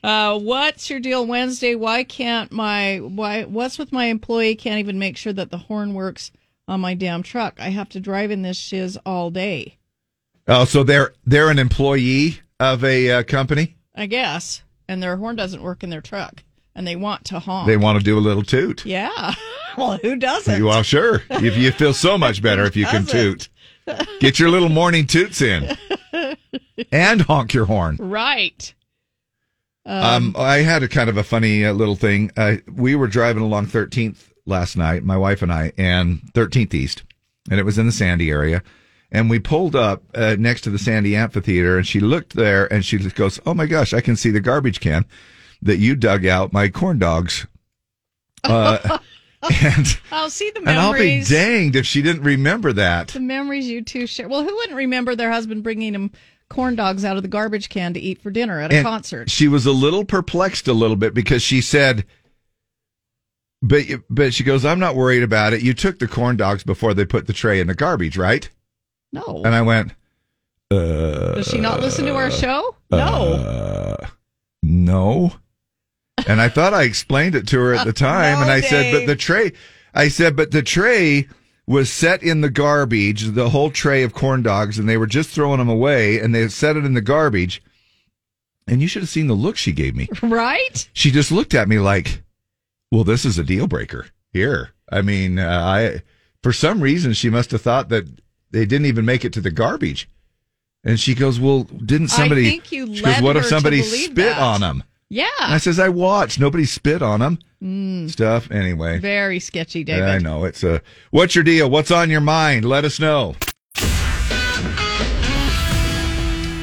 uh, what's your deal Wednesday? Why can't my why what's with my employee can't even make sure that the horn works on my damn truck? I have to drive in this shiz all day.
Oh, so they're they're an employee of a uh, company.
I guess. And their horn doesn't work in their truck and they want to honk.
They want to do a little toot.
Yeah. well, who doesn't?
Well, sure. If you feel so much better if you can toot.
Doesn't.
Get your little morning toots in and honk your horn.
Right.
Um, I had a kind of a funny uh, little thing. Uh, we were driving along 13th last night, my wife and I, and 13th East, and it was in the Sandy area. And we pulled up uh, next to the Sandy Amphitheater, and she looked there and she just goes, Oh my gosh, I can see the garbage can that you dug out my corn dogs. Uh, and,
I'll see the
and I'll be
memories.
danged if she didn't remember that.
The memories you two share. Well, who wouldn't remember their husband bringing them corn dogs out of the garbage can to eat for dinner at a
And
concert?
She was a little perplexed a little bit because she said, "But but she goes, I'm not worried about it. You took the corn dogs before they put the tray in the garbage, right?"
No.
And I went, uh,
Does she not listen to our show?
Uh, no. And I thought I explained it to her at the time, and I said, "But
Dave.
the tray," I said, "But the tray." Was set in the garbage, the whole tray of corn dogs, and they were just throwing them away, and they set it in the garbage. And you should have seen the look she gave me.
Right?
She just looked at me like, "Well, this is a deal breaker." Here, I mean, uh, I for some reason she must have thought that they didn't even make it to the garbage. And she goes, "Well, didn't
I
somebody?"
think you
she
led
goes, "What
her
if
to
somebody
believe
spit
that."
on them?"
Yeah.
And I says, "I watched. Nobody spit on them."
Mm.
Stuff anyway.
Very sketchy, David.
I know it's a. What's your deal? What's on your mind? Let us know.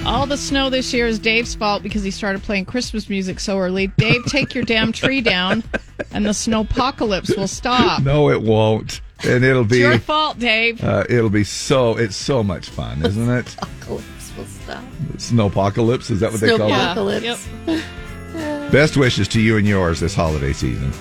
All the snow this year is Dave's fault because he started playing Christmas music so early. Dave, take your damn tree down, and the snowpocalypse will stop.
No, it won't, and it'll
Oh. It's
be
your fault, Dave.
Uh, it'll be so. It's so much fun, isn't it? Snowpocalypse. Is that what they call it?
Snowpocalypse.
Best wishes to you and yours this holiday season.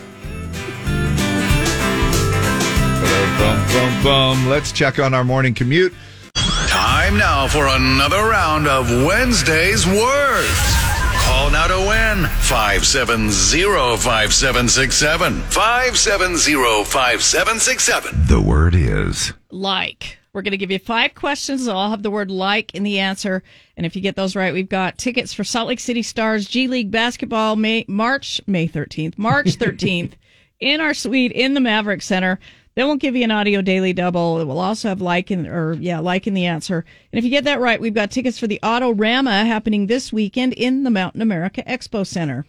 Bum, bum, bum. Let's check on our morning commute.
Time now for another round of Wednesday's Words. Call now to win 570-5767. 570-5767.
The word is
Like. We're going to give you five questions. They'll all have the word like in the answer. And if you get those right, we've got tickets for Salt Lake City Stars G League basketball May, March, May 13th, March 13th in our suite in the Maverick Center. Then we'll give you an audio daily double. It will also have like in, or yeah, like in the answer. And if you get that right, we've got tickets for the Autorama happening this weekend in the Mountain America Expo Center.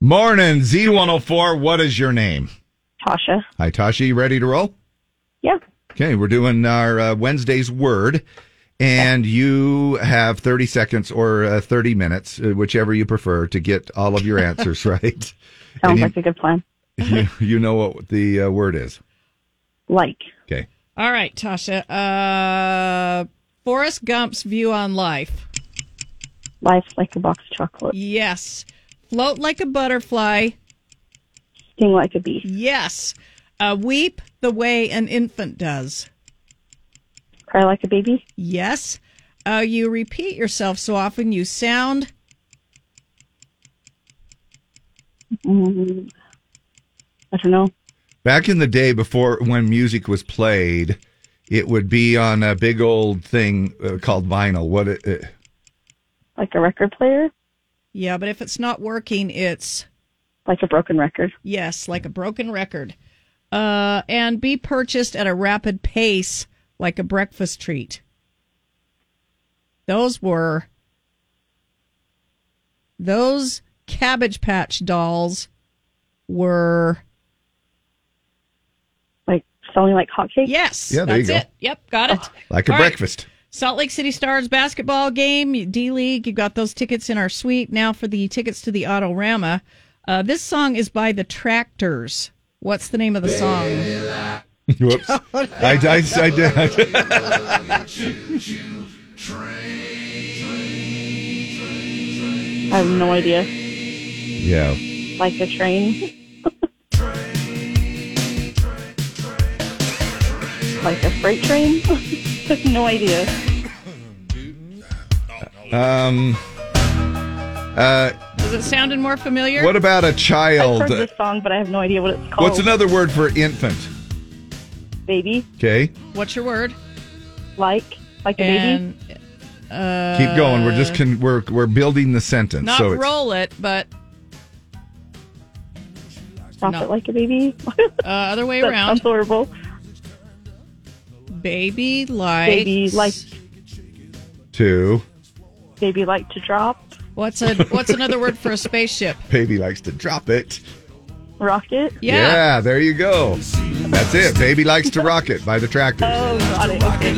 Morning, Z104. What is your name?
Tasha.
Hi, Tasha. You ready to roll?
Yeah.
Okay, we're doing our uh, Wednesday's word, and you have 30 seconds or uh, 30 minutes, uh, whichever you prefer, to get all of your answers right.
Sounds
And you,
like a good plan.
you, you know what the uh, word is.
Like.
Okay.
All right, Tasha. Uh, Forrest Gump's view on life.
Life like a box of chocolate.
Yes. Float like a butterfly.
Sting like a bee.
Yes. Uh, weep the way an infant does.
Cry like a baby.
Yes. Uh, you repeat yourself so often you sound.
Mm, I don't know.
Back in the day, before when music was played, it would be on a big old thing uh, called vinyl. What it, uh, it,
Like a record player.
Yeah, but if it's not working, it's.
Like a broken record.
Yes, like a broken record. Uh, and be purchased at a rapid pace like a breakfast treat. Those were. Those Cabbage Patch dolls were.
Like selling like hotcakes. Oh.
Yes.
Yeah, there you
that's
go.
it. Yep, got it.
like a
All right.
breakfast.
Salt Lake City Stars basketball game, D League. You got those tickets in our suite now for the tickets to the Autorama. Uh, this song is by the Tractors. What's the name of the song?
Whoops. I, I, I, did- I did.
I have no idea.
yeah.
Like a train. like a freight train. no idea.
Um. Uh,
Does it sounding more familiar?
what about a
I've
child?
heard this song, but I have no idea what it's called.
What's another word for infant?
baby?
Okay,
What's your word?
Like like a
And,
baby.
Uh,
keep going. We're just con- we're we're building the sentence.
not
so it's
roll it, but
Stop
no.
it like a baby.
uh, other way
That
around.
sounds horrible.
Baby like
Baby like
two.
baby like to drop.
What's a what's another word for a spaceship?
Baby likes to drop it.
Rocket.
there you go. That's it. Baby likes to rock it by the tractors.
Oh, got it. Okay.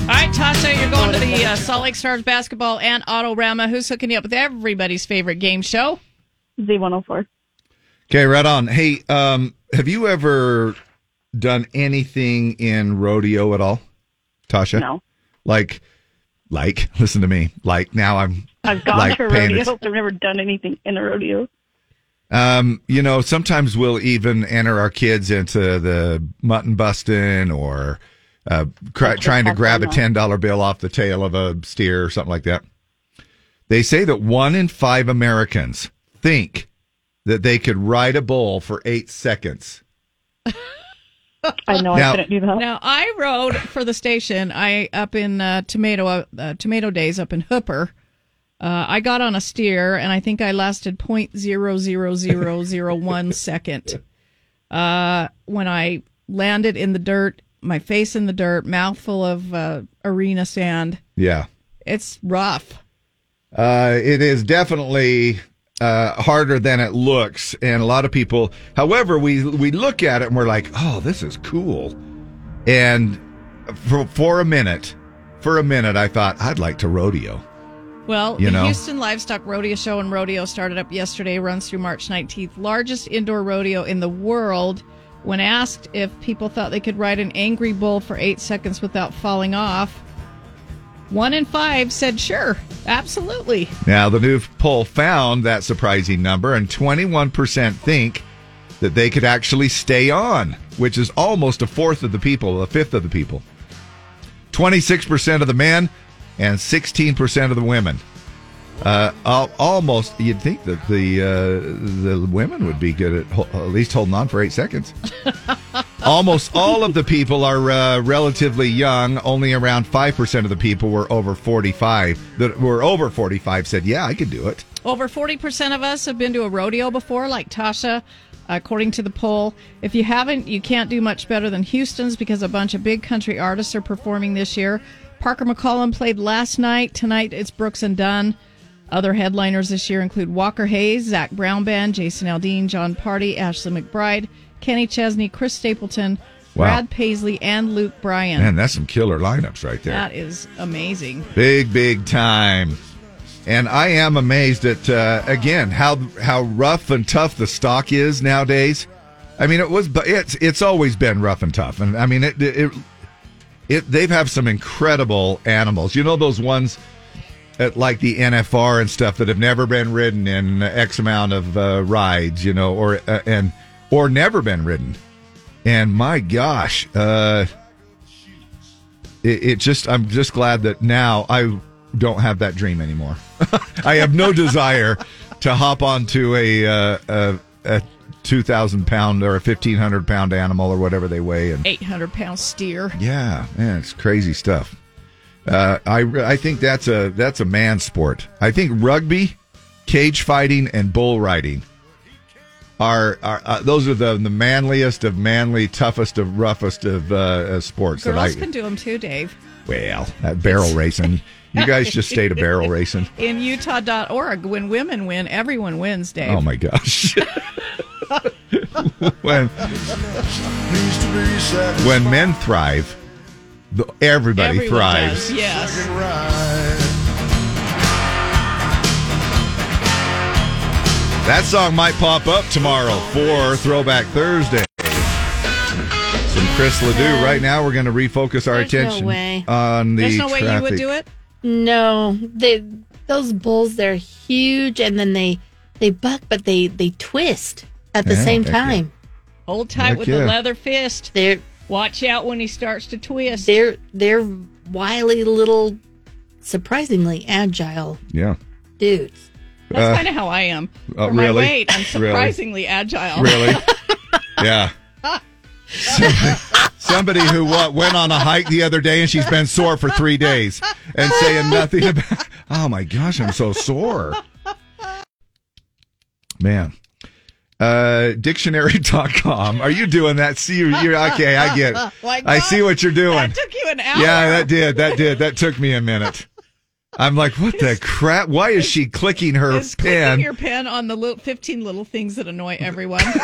All right, Tasha, you're going to the uh, Salt Lake Stars basketball and Autorama. Who's hooking you up with everybody's favorite game show?
Z104.
Okay, right on. Hey, um, have you ever done anything in rodeo at all, Tasha?
No.
Like, like, listen to me. Like now, I'm.
I've gone
like,
to a
paying
rodeo,
atten-
but I've never done anything in a rodeo.
Um, you know, sometimes we'll even enter our kids into the mutton busting or uh, cry, trying to grab a ten dollar bill off the tail of a steer or something like that. They say that one in five Americans think that they could ride a bull for eight seconds.
I know
Now-
I couldn't do that.
Now, I rode for the station. I up in uh, tomato uh, tomato days up in Hooper. Uh, I got on a steer, and I think I lasted point zero zero zero zero one second. Uh, when I landed in the dirt, my face in the dirt, mouthful of uh, arena sand.
Yeah.
It's rough.
Uh, it is definitely uh, harder than it looks, and a lot of people. However, we we look at it and we're like, "Oh, this is cool," and for for a minute, for a minute, I thought I'd like to rodeo.
Well,
You
the
know?
Houston Livestock Rodeo Show and Rodeo started up yesterday, runs through March 19th. Largest indoor rodeo in the world. When asked if people thought they could ride an angry bull for eight seconds without falling off, one in five said, sure, absolutely.
Now, the new poll found that surprising number, and 21% think that they could actually stay on, which is almost a fourth of the people, a fifth of the people. 26% of the men and 16% of the women. Uh, al- almost, you'd think that the uh, the women would be good at ho- at least holding on for eight seconds. Almost all of the people are uh, relatively young. Only around 5% of the people were over 45. That were over 45 said, yeah, I could do it.
Over 40% of us have been to a rodeo before, like Tasha, according to the poll. If you haven't, you can't do much better than Houston's because a bunch of big country artists are performing this year. Parker McCollum played last night. Tonight it's Brooks and Dunn. Other headliners this year include Walker Hayes, Zach Brown Band, Jason Aldean, John Party, Ashley McBride, Kenny Chesney, Chris Stapleton,
Wow.
Brad Paisley, and Luke Bryan.
Man, that's some killer lineups right there.
that is amazing.
Big, big time. And I am amazed at uh, again how how rough and tough the stock is nowadays. I mean, it was, but it's it's always been rough and tough. And I mean, it it, it they've have some incredible animals. You know those ones at like the NFR and stuff that have never been ridden in X amount of uh, rides, you know, or uh, and or never been ridden. And my gosh, uh, it, it just I'm just glad that now I don't have that dream anymore. I have no desire to hop onto a uh, a, a two thousand pound or a fifteen hundred pound animal or whatever they weigh and
800 pound steer.
yeah, man, it's crazy stuff. Uh, I I think that's a that's a man sport. I think rugby, cage fighting, and bull riding are are uh, those are the the manliest of manly, toughest of roughest of uh, uh, sports that I
Girls can do them too, Dave.
well that barrel racing. You guys just stayed a barrel racing.
In Utah.org, when women win, everyone wins, Dave.
Oh my gosh. when when men thrive, the, everybody
Everyone
thrives.
does, yes.
That song might pop up tomorrow for Throwback Thursday. Some Chris Ledoux. Right now, we're going to refocus our
There's no
attention
way.
on the traffic.
it.
No, they those bulls they're huge, and then they they buck, but they they twist at the
Yeah,
same
heck yeah.
time.
Hold tight
Heck
with
yeah.
the leather fist.
They're
Watch out when he starts to twist.
They're they're wily little, surprisingly agile
Yeah.
dudes.
That's
Uh,
kind of how I am.
uh,
For my
really?
weight, I'm
Really?
surprisingly agile.
Really? Yeah. Somebody- Somebody who what, went on a hike the other day and she's been sore for three days and saying nothing about. Oh my gosh, I'm so sore, man. Uh, dictionary.com. Are you doing that? See you. You're, okay, I get. it.
My
I see what you're doing.
That took you an hour.
Yeah, that did. That did. That took me a minute. I'm like, what the crap? Why is she clicking her
Is
pen?
clicking your pen on the little 15 little things that annoy everyone. Is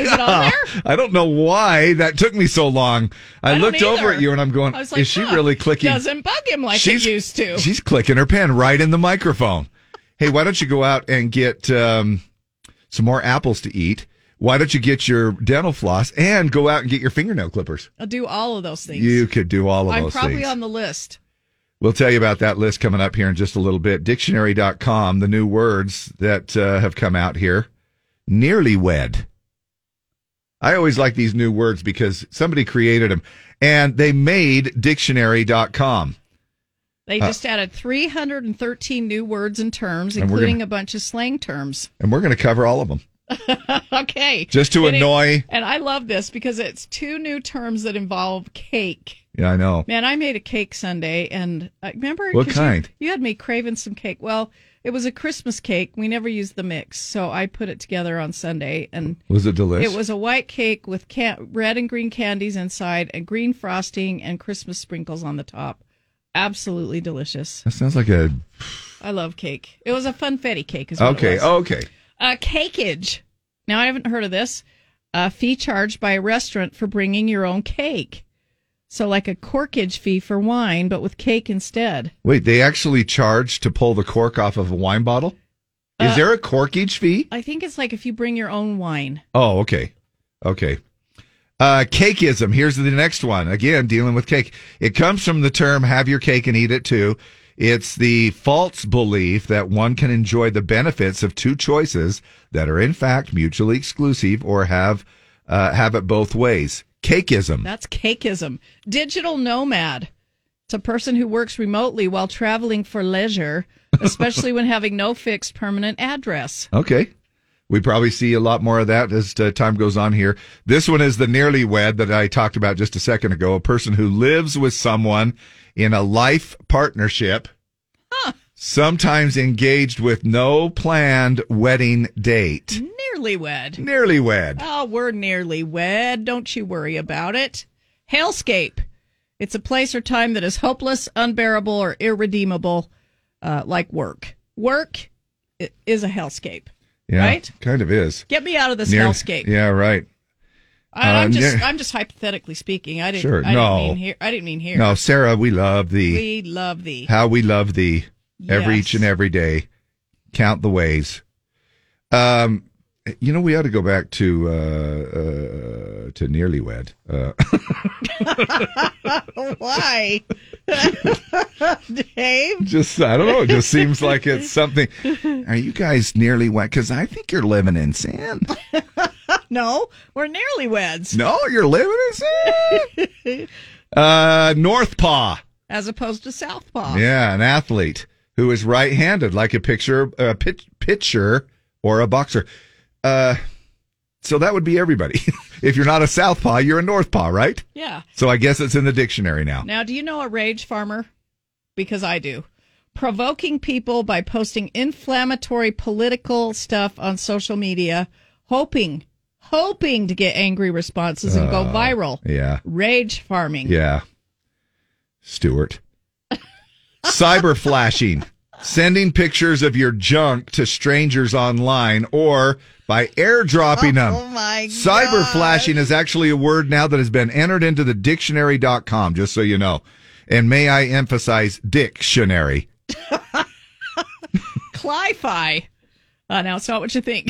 it on there?
I don't know why that took me so long. I,
I don't
looked over
either.
at you and I'm going,
I was like,
is she
huh,
really clicking?
Doesn't bug him like
She's-
it used to.
She's clicking her pen right in the microphone. Hey, why don't you go out and get um, some more apples to eat? Why don't you get your dental floss and go out and get your fingernail clippers?
I'll do all of those things.
You could do all of
I'm
those
probably
things.
on the list.
We'll tell you about that list coming up here in just a little bit. Dictionary.com, the new words that uh, have come out here. Nearly wed. I always like these new words because somebody created them and they made dictionary.com.
They
Uh,
just added 313 new words and terms,
And we're
including
gonna-
a bunch of slang terms.
And we're going to cover all of them.
okay.
Just to
And it-
annoy-
and I love this because it's two new terms that involve cake.
Yeah, I know.
Man, I made a cake Sunday, and uh, remember
What
'cause
kind?
You, you had me craving some cake. Well, it was a Christmas cake. We never used the mix, so I put it together on Sunday, and
Was it delicious?
it was a white cake with can- red and green candies inside, and green frosting, and Christmas sprinkles on the top. Absolutely delicious.
That sounds like a.
I love cake. It was a funfetti cake. Is what it
Okay,
was.
okay.
Uh, cakeage. Now, I haven't heard of this. A fee charged by a restaurant for bringing your own cake. So, like a corkage fee for wine, but with cake instead.
Wait, they actually charge to pull the cork off of a wine bottle? Is
Uh,
there a corkage fee?
I think it's like if you bring your own wine.
Oh, okay. Okay. Uh, cakeism. Here's the next one. Again, dealing with cake. It comes from the term have your cake and eat it too. It's the false belief that one can enjoy the benefits of two choices that are in fact mutually exclusive or have, uh, have it both ways. Cakeism.
That's cakeism. Digital nomad. It's a person who works remotely while traveling for leisure, especially when having no fixed permanent address.
Okay. We probably see a lot more of that as uh, time goes on here. This one is the nearly wed that I talked about just a second ago. A person who lives with someone in a life partnership, sometimes engaged with no planned wedding date.
Nearly wed.
Nearly wed.
Oh, we're nearly wed. Don't you worry about it. Hellscape. It's a place or time that is hopeless, unbearable, or irredeemable, uh, like work. Work i- is a hellscape.
Yeah,
Right?
Kind of is.
Get me out of this
Near-
hellscape.
Yeah, right.
I,
Uh,
I'm just,
near-
I'm just hypothetically speaking. I didn't,
Sure,
I
no.
didn't mean here. I didn't mean here.
No, Sarah, we love thee.
we love thee.
How we love thee every
Yes.
each and every day. Count the ways. Um, you know, we ought to go back to uh, uh, to nearly wed. Uh,
Why, Dave?
just I don't know. It just seems like it's something. Are you guys nearly wed? Because I think you're living in sin.
no, we're nearly weds.
No, you're living in sin. Uh, North Paw.
as opposed to southpaw.
Yeah, an athlete who is right-handed, like a picture, a pit, pitcher or a boxer. Uh, so that would be everybody. if you're not a southpaw, you're a northpaw, right?
Yeah.
So I guess it's in the dictionary now.
Now, do you know a rage farmer? Because I do. Provoking people by posting inflammatory political stuff on social media, hoping, hoping to get angry responses and go
Uh,
viral.
Yeah,
Rage farming.
yeah. Stuart. Cyber flashing, sending pictures of your junk to strangers online or by airdropping them.
Oh my
Cyber flashing is actually a word now that has been entered into the dictionary.com, just so you know. And may I emphasize dictionary.
Clify. Uh, now it's not what you think.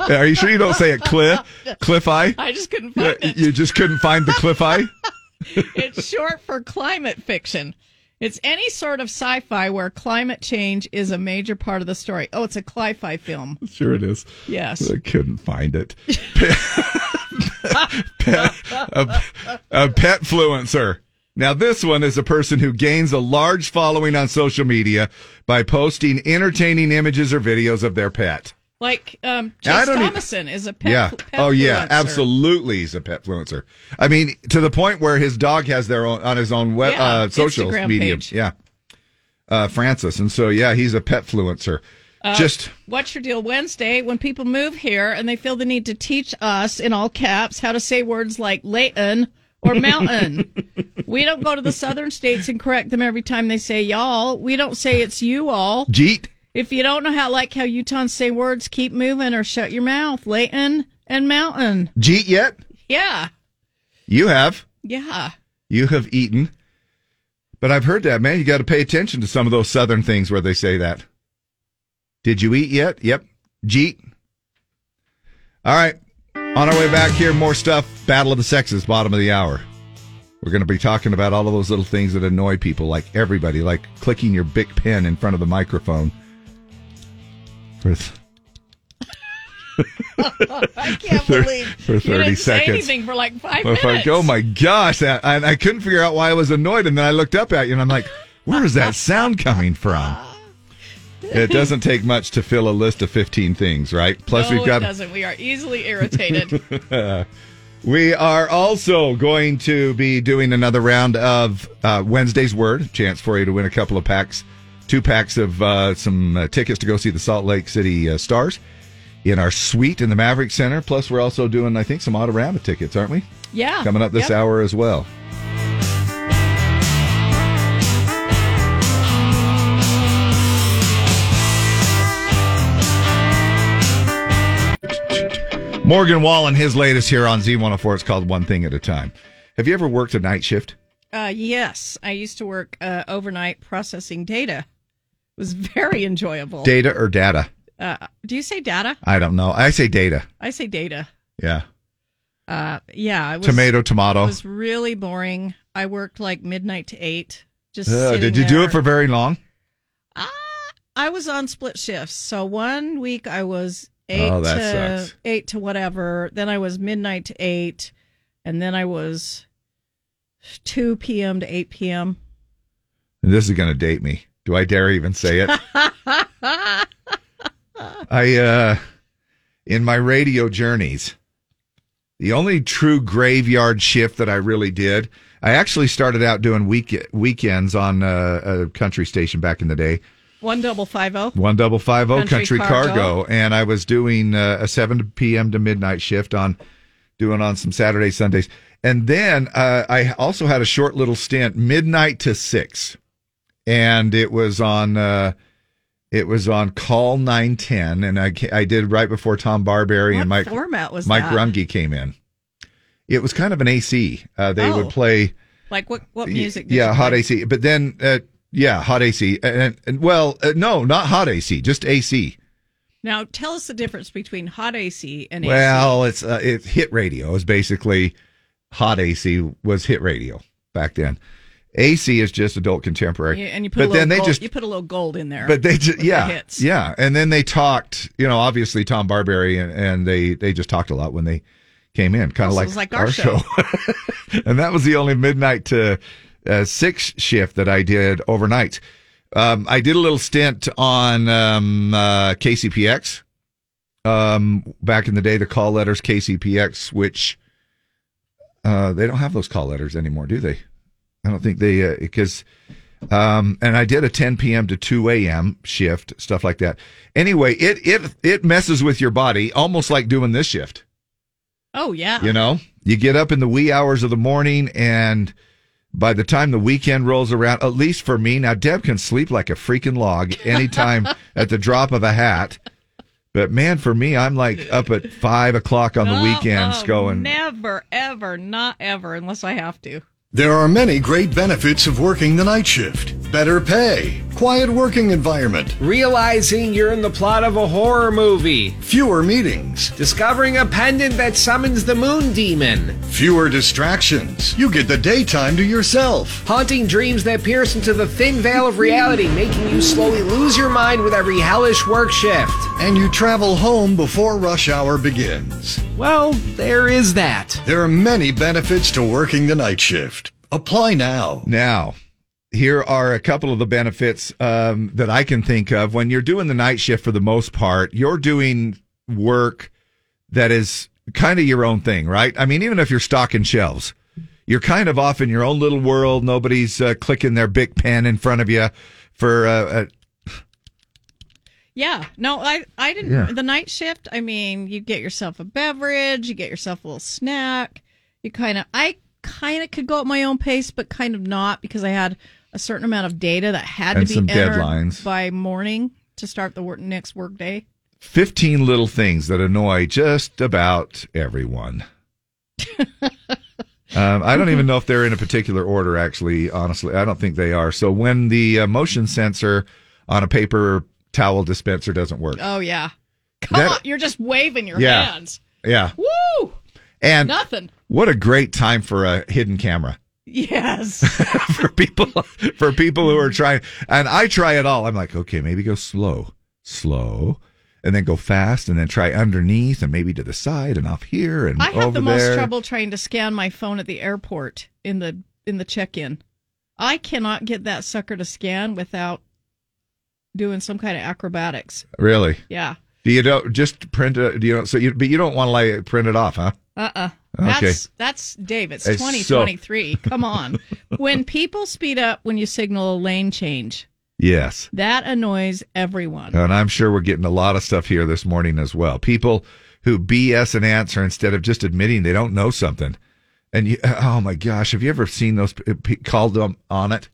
Are you sure you don't say it cliff? Cliff eye?
I just couldn't
find it. You just couldn't find the cliff eye?
it's short for climate fiction. It's any sort of sci-fi where climate change is a major part of the story. Oh, it's a cli-fi film.
Sure it is.
Yes.
I couldn't find it. Pet, a, a petfluencer. Now, this one is a person who gains a large following on social media by posting entertaining images or videos of their pet.
Like um,
Yeah, I
Chase
don't e-
Thomason is a pet.
yeah.
pet
oh, yeah.
influencer.
Absolutely, he's a pet fluencer. I mean, to the point where his dog has their own on his own web
Yeah,
uh, social
Instagram
media.
page.
Yeah, uh, Francis, and so yeah, he's a pet fluencer.
Uh,
Just
what's your deal Wednesday when people move here and they feel the need to teach us in all caps how to say words like Layton or mountain. we don't go to the southern states and correct them every time they say y'all. We don't say it's you all.
Jeet.
If you don't know how like how Utahns say words, keep moving or shut your mouth. Layton and mountain.
Jeet yet?
Yeah.
You have
Yeah.
you have eaten, but I've heard that man. You got to pay attention to some of those southern things where they say that. Did you eat yet? Yep. Jeet. All right. On our way back here, more stuff. Battle of the sexes, bottom of the hour. We're going to be talking about all of those little things that annoy people, like everybody, like clicking your big pen in front of the microphone. For th-
I can't
For-
believe
for
you
30
didn't Say
seconds.
anything for like five
Well, if I-
minutes.
oh my gosh! That, and I couldn't figure out why I was annoyed, and then I looked up at you, and I'm like, "Where is that sound coming from?" It doesn't take much to fill a list of 15 things, right? Plus,
no,
we've got
It doesn't. We are easily irritated.
we are also going to be doing another round of uh, Wednesday's Word. Chance for you to win a couple of packs, two packs of uh, some uh, tickets to go see the Salt Lake City uh, Stars in our suite in the Maverick Center. Plus, we're also doing, I think, some Autorama tickets, aren't we?
Yeah.
Coming up this
Yep.
hour as well. Morgan Wallen, his latest here on Z104. It's called One Thing at a Time. Have you ever worked a night shift?
Uh, yes, I used to work uh, overnight processing data. It was very enjoyable.
Data or data?
Uh, do you say data?
I don't know. I say data.
I say data.
Yeah.
Uh, yeah. It was,
Tomato, tomato.
It was really boring. I worked like midnight to eight. Just
Uh,
sitting
did you do
there. Uh,
it for very long?
I was on split shifts, so one week I was eight
Oh, that
to
sucks.
eight to whatever. Then I was midnight to eight, and then I was two p.m. to eight p.m.
And this is going to date me. Do I dare even say it? I uh in my radio journeys, the only true graveyard shift that I really did, I actually started out doing week weekends on uh, a country station back in the day.
One double five zero.
One double five oh
Country
country
Cargo.
cargo. and I was doing uh, a seven p.m. to midnight shift on doing on some Saturday Sundays, and then uh, I also had a short little stint midnight to six, and it was on uh, it was on call nine ten, and I ca- I did right before Tom Barberry and
What
Mike
format was
Mike
that?
Rumge came in. It was kind of an AC. Uh, they
Oh.
would play.
Like what? What
Y-
music? Did
Yeah,
you
hot
play?
AC. But then, uh, yeah, hot AC. And, and, and- well, uh, no, not hot AC, just AC.
Now tell us the difference between hot AC and
Well, it's uh, it's hit radio is basically hot AC was hit radio back then. AC is just adult
AC.
contemporary.
You- and you put a
but
little
then they
gold,
just
you put a little gold in there.
but they just
with the
yeah
hits.
yeah and then they talked you know obviously Tom Barberry and, and they they just talked a lot when they came in kind of
Also,
like,
it's like our show.
and that was the only midnight to uh, six shift that I did overnight. Um, I did a little stint on um, uh, KCPX um, back in the day. The call letters KCPX, which uh, they don't have those call letters anymore, do they? I don't think they because. um, and I did a 10 p.m. to 2 a.m. shift, stuff like that. Anyway, it it it messes with your body almost like doing this shift.
Oh yeah.
You know, you get up in the wee hours of the morning, and by the time the weekend rolls around, at least for me, now Deb can sleep like a freaking log anytime at the drop of a hat. But man, for me, I'm like up at five o'clock on the weekends
Oh,
going.
Never, ever, not ever, unless I have to.
There are many great benefits of working the night shift better pay, quiet working environment,
Realizing you're in the plot of a horror movie.
Fewer meetings.
Discovering a pendant that summons the moon demon.
fewer distractions. You get the daytime to yourself.
Haunting dreams that pierce into the thin veil of reality, making you slowly lose your mind with every hellish work shift.
And you travel home before rush hour begins.
Well, there is that.
There are many benefits to working the night shift. Apply now.
Now, here are a couple of the benefits um, that I can think of. When you're doing the night shift for the most part, you're doing work that is kind of your own thing, right? I mean, even if you're stocking shelves, you're kind of off in your own little world. Nobody's uh, clicking their big pen in front of you for uh, a
Yeah. No, I I didn't.
Yeah.
The night shift. I mean, you get yourself a beverage, you get yourself a little snack. You kind of, I kind of could go at my own pace, but kind of not because I had a certain amount of data that had
And
to be
some
entered
deadlines.
by morning to start the work, next work day.
15 little things that annoy just about everyone. um, I don't even know if they're in a particular order, actually, honestly. I don't think they are. So when the uh, motion sensor on a paper towel dispenser doesn't work.
Oh yeah. Come
That-
on, you're just waving your
Yeah.
hands.
Yeah.
Woo!
And
Nothing.
what a great time for a hidden camera.
Yes.
for people who are trying. And I try it all. I'm like, okay, maybe go slow, slow, and then go fast, and then try underneath, and maybe to the side, and off here, and
I have
over
the most
there.
trouble trying to scan my phone at the airport in the in the check-in. I cannot get that sucker to scan without doing some kind of acrobatics.
Really?
Yeah.
Do you don't just print it? Do you don't? So you, but you don't want to like print it off, huh?
Uh-uh.
Okay.
That's that's Dave. It's
It's so-
2023. Come on. when people speed up when you signal a lane change,
Yes.
that annoys everyone.
And I'm sure we're getting a lot of stuff here this morning as well. People who BS an answer instead of just admitting they don't know something. And you, oh my gosh, have you ever seen those p- p- called them on it?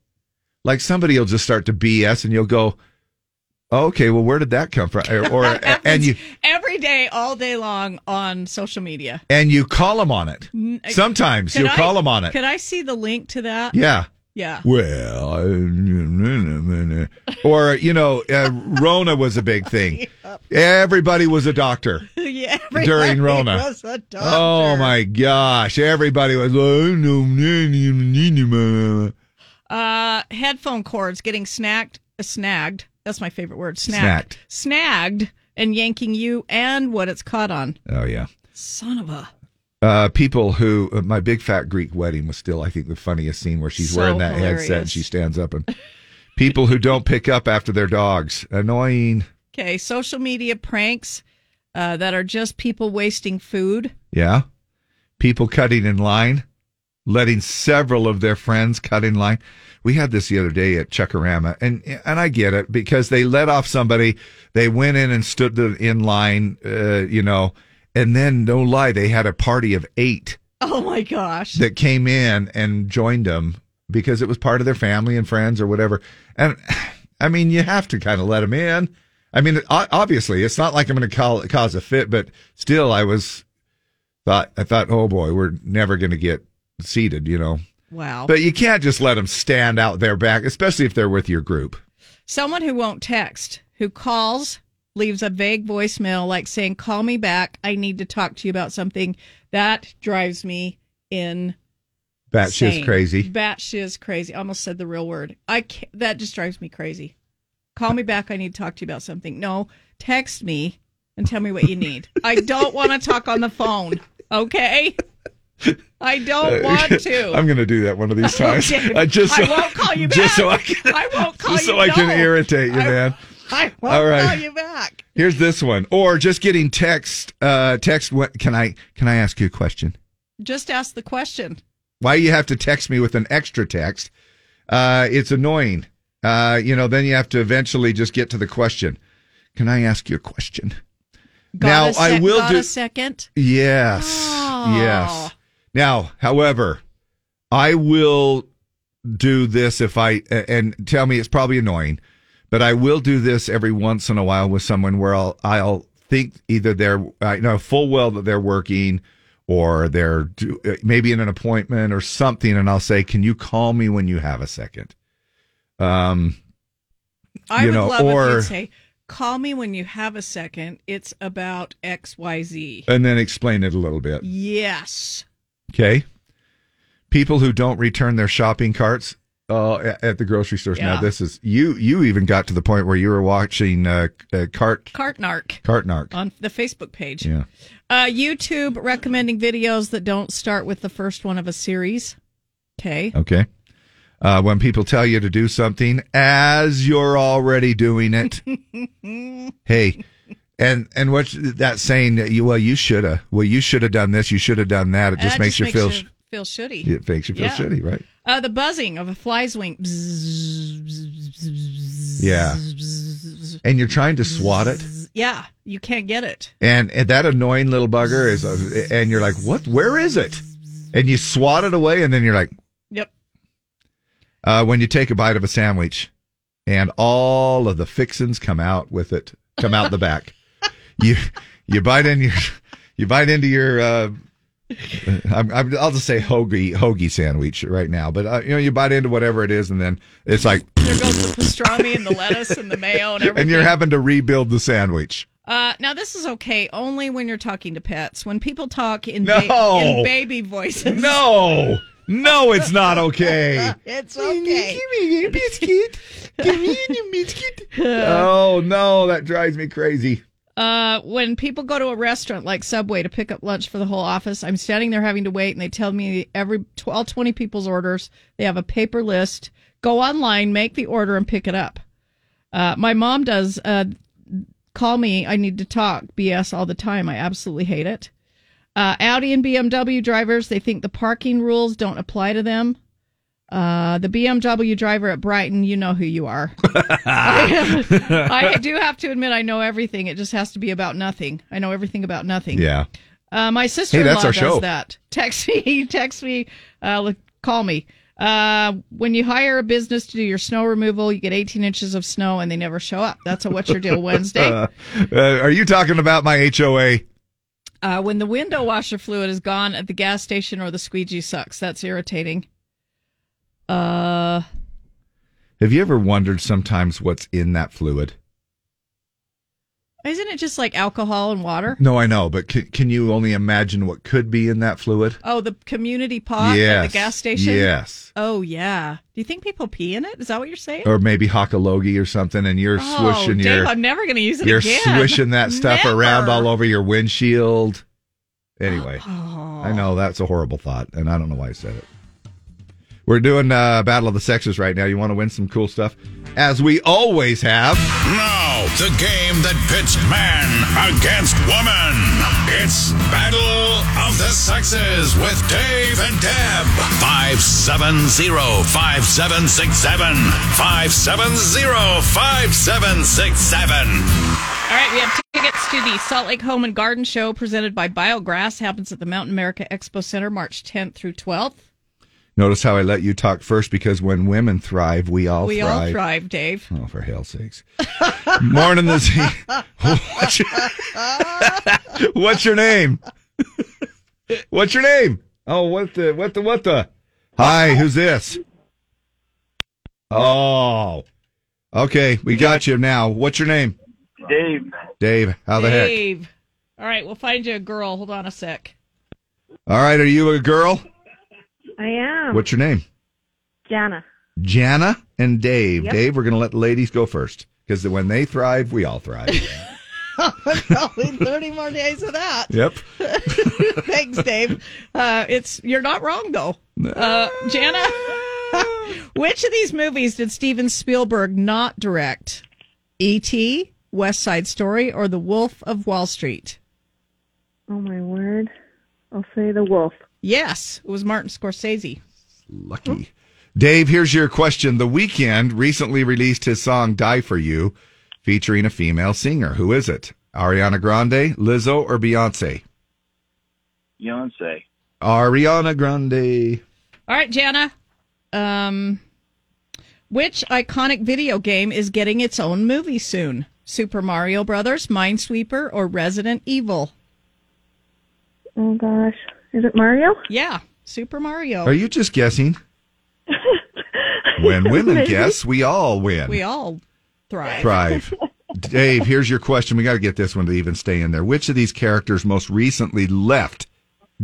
Like somebody will just start to BS, and you'll go, oh, "Okay, well, where did that come from?" Or, or and you
Every day all day long on social media.
and you call them on it.
N-
Sometimes
Could
you'll
I-
call them on it.
Could I see the link to that?
Yeah.
Yeah.
Well, I- or you know, uh, Rona was a big thing. Everybody was a doctor.
yeah,
During
everybody
Rona.
was a doctor.
Oh my gosh! Everybody was.
Uh, headphone cords getting snagged, uh, snagged. That's my favorite word. Snagged.
Snagged.
Snagged and yanking you and what it's caught on.
Oh yeah.
Son of a.
Uh, people who uh, my big fat Greek wedding was still, I think, the funniest scene where she's
So
wearing that headset
hilarious.
and she stands up and people who don't pick up after their dogs annoying.
Okay, social media pranks uh, that are just people wasting food.
Yeah. People cutting in line, letting several of their friends cut in line. We had this the other day at Chuckarama, and and I get it because they let off somebody. They went in and stood in line, uh, you know, and then no lie, they had a party of eight
Oh my gosh.
that came in and joined them because it was part of their family and friends or whatever. And I mean, you have to kind of let them in. I mean, o- obviously, it's not like I'm going to cause a fit, but still, I was thought I thought, oh boy, we're never going to get seated, you know.
Wow.
But you can't just let them stand out their back, especially if they're with your group.
Someone who won't text, who calls, leaves a vague voicemail like saying, Call me back. I need to talk to you about something. That drives me in.
That shit's crazy.
Batshit's crazy. I almost said the real word. I can't, That just drives me crazy. Call me back. I need to talk to you about something. No, text me and tell me what you need. I don't want to talk on the phone. Okay? I don't want to.
Uh, I'm going to do that one of these times.
Oh, Okay.
I just so,
I won't call you back.
just so I can,
I won't call
just
you
so I can
no.
irritate you, man.
I won't
All right.
call you back.
Here's this one, or just getting text. Uh, text. What can I can I ask you a question?
Just ask the question.
Why you have to text me with an extra text? Uh, it's annoying. Uh, you know, then you have to eventually just get to the question. Can I ask you a question?
Got
now
a sec-
I will
got
do.
a second.
Yes. Yes. Now, however, I will do this if I and tell me it's probably annoying, but I will do this every once in a while with someone where I'll I'll think either they're I know full well that they're working or they're do, uh, maybe in an appointment or something, and I'll say, "Can you call me when you have a second? Um,
I
you
would
know,
love if
or
you'd say, call me when you have a second. It's about XYZ.
and then explain it a little bit.
Yes.
Okay. People who don't return their shopping carts uh, a- at the grocery stores. Now
Yeah.
this is you. You even got to the point where you were watching uh, uh, cart
Cartnark
cart narc.
on the Facebook page.
Yeah.
Uh, YouTube recommending videos that don't start with the first one of a series. Okay.
Okay. Uh, when people tell you to do something as you're already doing it. hey, and and what's that saying? That you well, you shoulda. Well, you should have done this. You should have done that. It just
That
makes you feel. sh-
feel shitty.
It makes you feel
Yeah.
shitty, right?
Uh, the buzzing of a fly's wing.
Yeah. And you're trying to swat it.
Yeah, you can't get it.
and, and that annoying little bugger is a, and you're like what where is it and you swat it away and then you're like
Yep.
uh, when you take a bite of a sandwich and all of the fixins come out with it come out the back you you bite in your you bite into your uh, I'm, I'm, I'll just say hoagie hoagie sandwich right now, but uh, you know you bite into whatever it is, and then it's like,
There goes the pastrami and the lettuce and the mayo and everything.
and you're having to rebuild the sandwich.
Uh, now this is okay only when you're talking to pets. When people talk in,
No.
ba- in baby voices,
No, no, it's not okay.
it's okay.
Give me a biscuit. Give me a biscuit.
Oh no, that drives me crazy.
Uh, when people go to a restaurant like Subway to pick up lunch for the whole office, I'm standing there having to wait, and they tell me every tw- all 20 people's orders. They have a paper list. Go online, make the order, and pick it up. Uh, my mom does. Uh, call me. I need to talk. BS all the time. I absolutely hate it. Uh, Audi and BMW drivers, they think the parking rules don't apply to them. Uh, the BMW driver at Brighton, you know who you are. I do have to admit, I know everything. It just has to be about nothing. I know everything about nothing.
Yeah.
Uh, my sister in
Hey,
law
that's our
does
show.
that. Text me, text me, uh, look, call me. Uh, when you hire a business to do your snow removal, you get 18 inches of snow and they never show up. That's a What's Your Deal Wednesday.
Uh, are you talking about my HOA?
Uh, when the window washer fluid is gone at the gas station or the squeegee sucks, that's irritating. Uh,
Have you ever wondered sometimes what's in that fluid?
isn't it just like alcohol and water?
No, I know, but can, can you only imagine what could be in that fluid?
Oh, the community pot at
Yes.
the gas station.
Yes.
Oh yeah. Do you think people pee in it? Is that what you're saying?
Or maybe hockalogie or something, and you're
oh,
swishing
Dave,
your
I'm never going to use it
you're
again.
swishing that stuff
Never.
around all over your windshield. Anyway,
Oh.
I know that's a horrible thought, and I don't know why I said it. We're doing uh, Battle of the Sexes right now. You want to win some cool stuff, as we always have.
Now, the game that pits man against woman. It's Battle of the Sexes with Dave and Deb. 570-5767. 570-5767.
All right, we have tickets to the Salt Lake Home and Garden Show presented by Biograss. Happens at the Mountain America Expo Center March 10th through 12th.
Notice how I let you talk first because when women thrive, we all
we
thrive.
all thrive, Dave.
Oh, for hell's sakes. Morning, the Z. What's your, what's your name? What's your name? Oh, what the, what the, what the? Hi, who's this? Oh, okay. We got you now. What's your name?
Dave.
Dave, how the heck?
Dave. All right, we'll find you a girl. Hold on a sec.
All right, are you a girl?
I am.
What's your name?
Jana.
Jana and Dave.
Yep.
Dave, we're going to let the ladies go first because when they thrive, we all thrive.
Probably 30 more days of that.
yep.
Thanks, Dave. Uh, it's you're not wrong though. Uh, Jana, which of these movies did Steven Spielberg not direct? E.T., West Side Story, or The Wolf of Wall Street?
Oh my word. I'll say the wolf.
Yes, it was Martin Scorsese.
Lucky. Dave, here's your question. The Weekend recently released his song Die for You featuring a female singer. Who is it? Ariana Grande, Lizzo, or Beyonce?
Beyonce.
Ariana Grande.
All right, Jana. Um, which iconic video game is getting its own movie soon? Super Mario Brothers, Minesweeper, or Resident Evil?
Oh gosh. Is it Mario?
Yeah, Super Mario.
Are you just guessing? when women
Maybe.
guess, we all win.
We all thrive.
Thrive. Dave, here's your question. We got to get this one to even stay in there. Which of these characters most recently left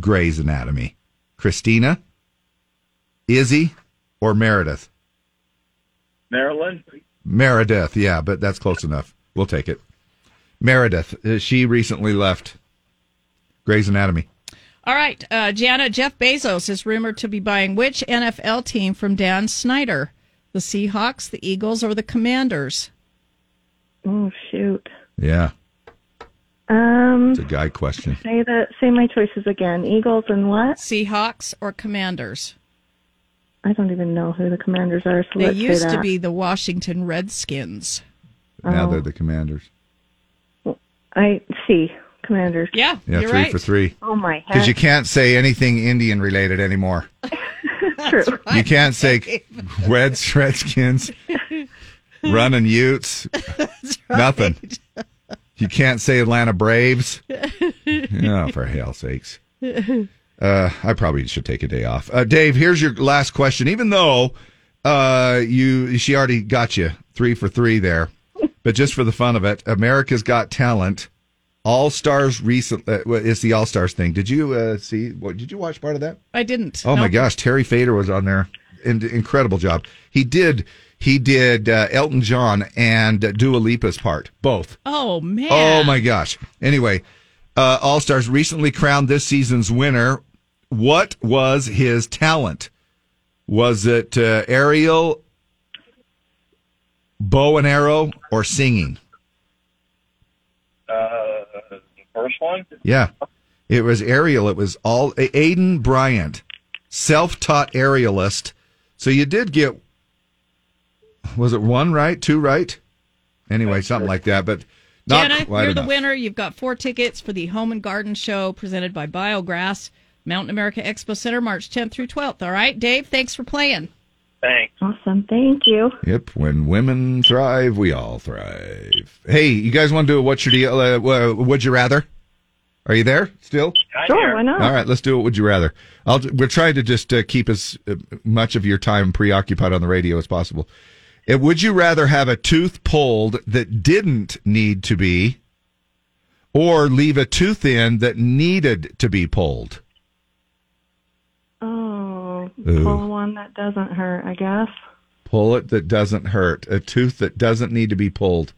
Grey's Anatomy? Christina, Izzy, or Meredith?
Maryland.
Meredith, yeah, but that's close enough. We'll take it. Meredith, uh, she recently left Grey's Anatomy.
All right, uh, Jana. Jeff Bezos is rumored to be buying which NFL team from Dan Snyder? The Seahawks, the Eagles, or the Commanders?
Oh shoot.
Yeah,
Um
it's a guy question.
say the say my choices again. Eagles and what?
Seahawks or Commanders?
I don't even know who the commanders are, so
They
let's say
used to
that.
be the Washington Redskins.
Now
Oh.
they're the commanders.
I see. Commanders.
Yeah.
Yeah, three for three.
Oh my
Because
heck.
you can't say anything Indian related anymore.
True.
You can't say Reds, Redskins, running Utes, nothing. You can't say Atlanta Braves. Oh, for hell's sakes. Uh, I probably should take a day off. Uh, Dave, here's your last question. Even though uh, you, she already got you three for three there, but just for the fun of it, America's Got Talent, All Stars recent uh, it's the All Stars thing. Did you uh, see? What did you watch part of that?
I didn't.
Oh my
No.
gosh, Terry Fader was on there. In- incredible job. He did. He did uh, Elton John and uh, Dua Lipa's part, both.
Oh man.
Oh my gosh. Anyway, uh, All Stars recently crowned this season's winner. What was his talent? Was it uh, aerial, bow and arrow, or singing?
Uh, the first one?
Yeah, it was aerial. It was all A- Aiden Bryant, self-taught aerialist. So you did get. Was it one right, two right? Anyway, something like that, but not
Jana,
quite
you're
enough.
the winner. You've got four tickets for the Home and Garden Show presented by Biograss, Mountain America Expo Center, March 10th through 12th. All right, Dave, thanks for playing.
Thanks. Awesome. Thank you.
Yep, when women thrive, we all thrive. Hey, you guys want to do a what's your deal? Uh, wha- would you rather? Are you there still?
Sure, why not?
All right, let's do it. Would you rather? I'll, we're trying to just uh, keep as uh, much of your time preoccupied on the radio as possible. Uh, would you rather have a tooth pulled that didn't need to be, or leave a tooth in that needed to be pulled?
Oh,
Ooh.
pull one that doesn't hurt, I guess.
Pull it that doesn't hurt. A tooth that doesn't need to be pulled.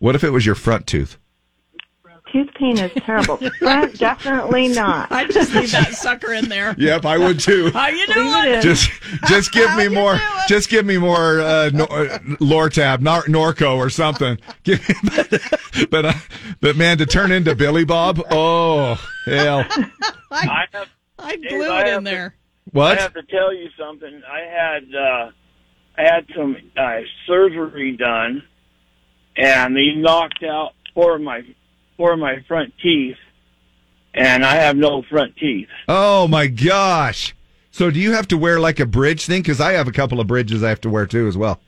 What if it was your front tooth?
tooth pain is terrible. Brent, definitely not.
I just leave that sucker in there.
Yep, I would too.
How Uh, you doing?
Just, just give me more. Just give me more uh, nor, uh, Lortab, Nor- Norco, or something. Give me, but, but, uh, but man, to turn into Billy Bob, oh hell!
I, I
Dave,
blew
I
it
have
in
to-
there.
What?
I have to tell you something. I had uh, I had some uh, surgery done, and they knocked out four of my four of my front teeth, and I have no front teeth.
Oh my gosh! So do you have to wear like a bridge thing? Because I have a couple of bridges I have to wear too as well.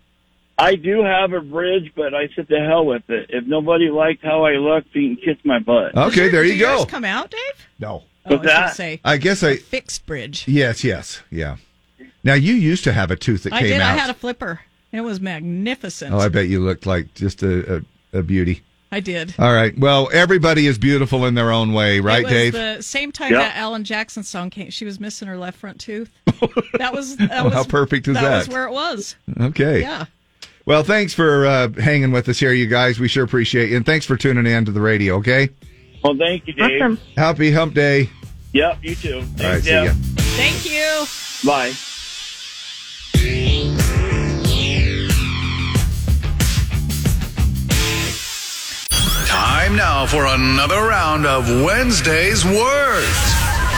I do have a bridge, but I said to hell with it. If nobody liked how I looked, you can kiss my butt.
Okay, there you go.
Come out, Dave.
No.
Oh, I
What's that?
should say
I guess I.
fixed bridge.
Yes, yes, yeah. Now you used to have a tooth that
I
came
did.
out.
I had a flipper. It was magnificent.
oh, I bet you looked like just a, a, a beauty.
I did.
All right. Well, everybody is beautiful in their own way, right,
it was
Dave?
The same time
Yep.
that Alan Jackson song came, she was missing her left front tooth. That was that
Well,
was
Oh, how perfect is
That was
that?
where it was.
Okay.
Yeah.
Well, thanks for uh, hanging with us here, you guys. We sure appreciate you. And thanks for tuning in to the radio, okay?
Well, thank you, Dave.
Happy hump day.
Yep, you too. Thanks,
All right, see
Dave.
ya.
Thank you.
Bye.
Time now for another round of Wednesday's Words.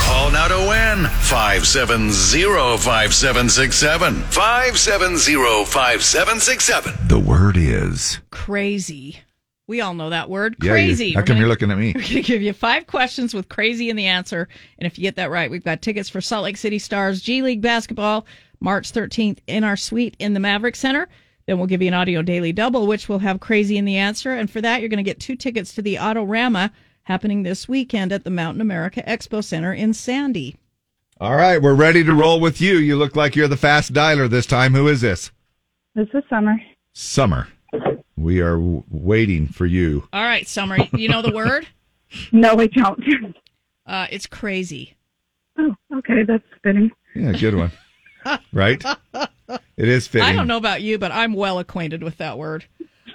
Call now to win 570-5767. 570-5767.
The word is
Crazy. We all know that word.
Yeah, you-
crazy.
how
We're
come
gonna-
you're looking at me?
We're going to give you five questions with crazy in the answer. And if you get that right, we've got tickets for Salt Lake City Stars G League basketball March 13th in our suite in the Maverick Center. Then we'll give you an audio daily double, which will have crazy in the answer. And for that, you're going to get two tickets to the Autorama happening this weekend at the Mountain America Expo Center in Sandy.
All right, we're ready to roll with you. You look like you're the fast dialer this time. Who is this?
This is Summer.
Summer. We are w- waiting for you.
All right, Summer, you know the word?
No, I don't.
Uh, it's crazy.
Oh, okay, that's fitting.
Yeah, good one. Right? It is fitting.
I don't know about you, but I'm well acquainted with that word.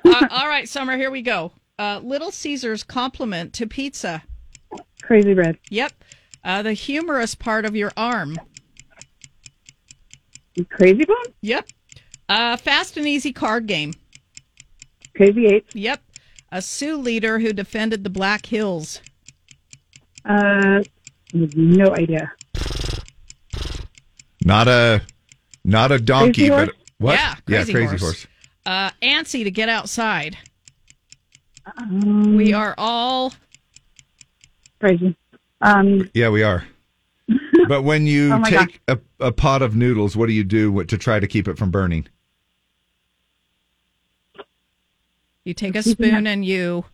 Uh, all right, Summer, here we go. Uh, Little Caesar's compliment to pizza.
Crazy bread.
Yep. Uh, the humorous part of your arm.
Crazy bone.
Yep. Uh, fast and easy card game.
Crazy eight.
Yep. A Sioux leader who defended the Black Hills.
Uh, no idea.
Not a not a donkey,
Crazy horse?
but what?
Yeah, crazy
crazy
horse.
horse.
Uh, antsy to get outside.
Um,
We are all
crazy. Um,
Yeah, we are. But when you
Oh my
take a, a pot of noodles, what do you do what- to try to keep it from burning?
You take a spoon and you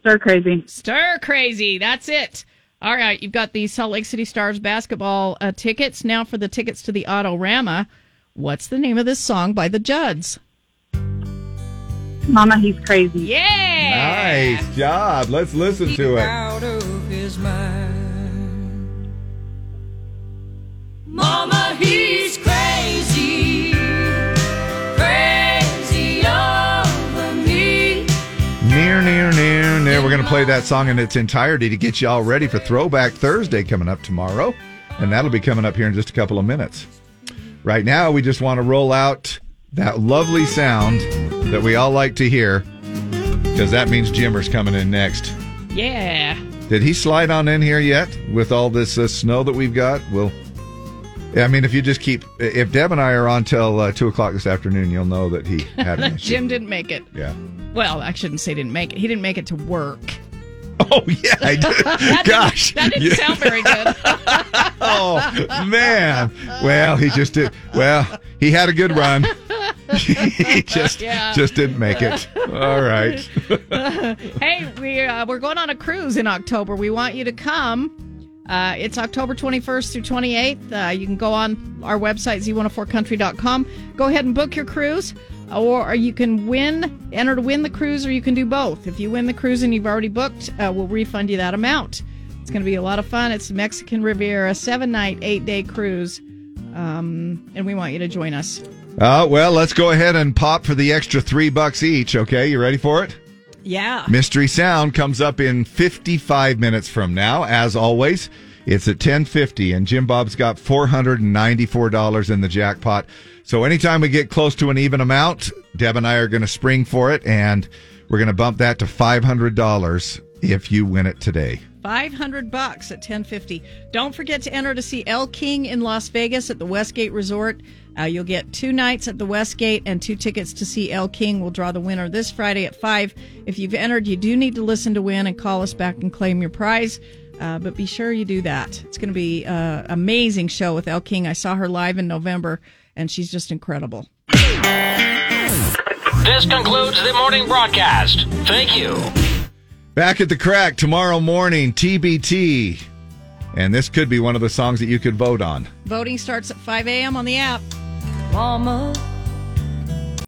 stir crazy.
Stir crazy. That's it. All right, you've got the Salt Lake City Stars basketball uh, tickets now for the tickets to the Autorama. What's the name of this song by the Judds?
Mama, he's crazy.
Yeah.
Nice job. Let's listen to it.
out of his mind. Mama, he's crazy, crazy over me.
Near, near, near, near. We're going to play that song in its entirety to get you all ready for Throwback Thursday coming up tomorrow. And that'll be coming up here in just a couple of minutes. Right now, we just want to roll out that lovely sound that we all like to hear because that means Jimmer's coming in next.
Yeah.
Did he slide on in here yet with all this uh, snow that we've got? Well, I mean, if you just keep, if Deb and I are on till uh, 2 o'clock this afternoon, you'll know that he had an issue.
Jim didn't make it.
Yeah.
Well, I shouldn't say didn't make it. He didn't make it to work.
Oh, yeah, I did. Gosh.
That didn't
Yeah.
sound very good.
oh man well he just did well he had a good run he just
Yeah.
just didn't make it all right
hey, we uh, we're going on a cruise in October. We want you to come. Uh, it's October 21st through 28th. Uh, you can go on our website z104country.com. Go ahead and book your cruise, or you can win, enter to win the cruise, or you can do both. If you win the cruise and you've already booked, uh, we'll refund you that amount. It's going to be a lot of fun. It's the Mexican Riviera, seven night, eight day cruise, um, and we want you to join us.
uh, well let's go ahead and pop for the extra three bucks each okay you ready for it
Yeah.
Mystery Sound comes up in 55 minutes from now. As always, it's at 1050 and Jim Bob's got $494 in the jackpot. So anytime we get close to an even amount, Deb and I are going to spring for it and we're going to bump that to $500 if you win it today.
500 bucks at 1050. Don't forget to enter to see El King in Las Vegas at the Westgate Resort. Uh, you'll get two nights at the Westgate and two tickets to see El King. We'll draw the winner this Friday at 5. If you've entered, you do need to listen to win and call us back and claim your prize. Uh, but be sure you do that. It's going to be an amazing show with El King. I saw her live in November, and she's just incredible.
This concludes the morning broadcast. Thank you.
Back at the crack tomorrow morning, TBT. And this could be one of the songs that you could vote on.
Voting starts at 5 a.m. on the app. Mama.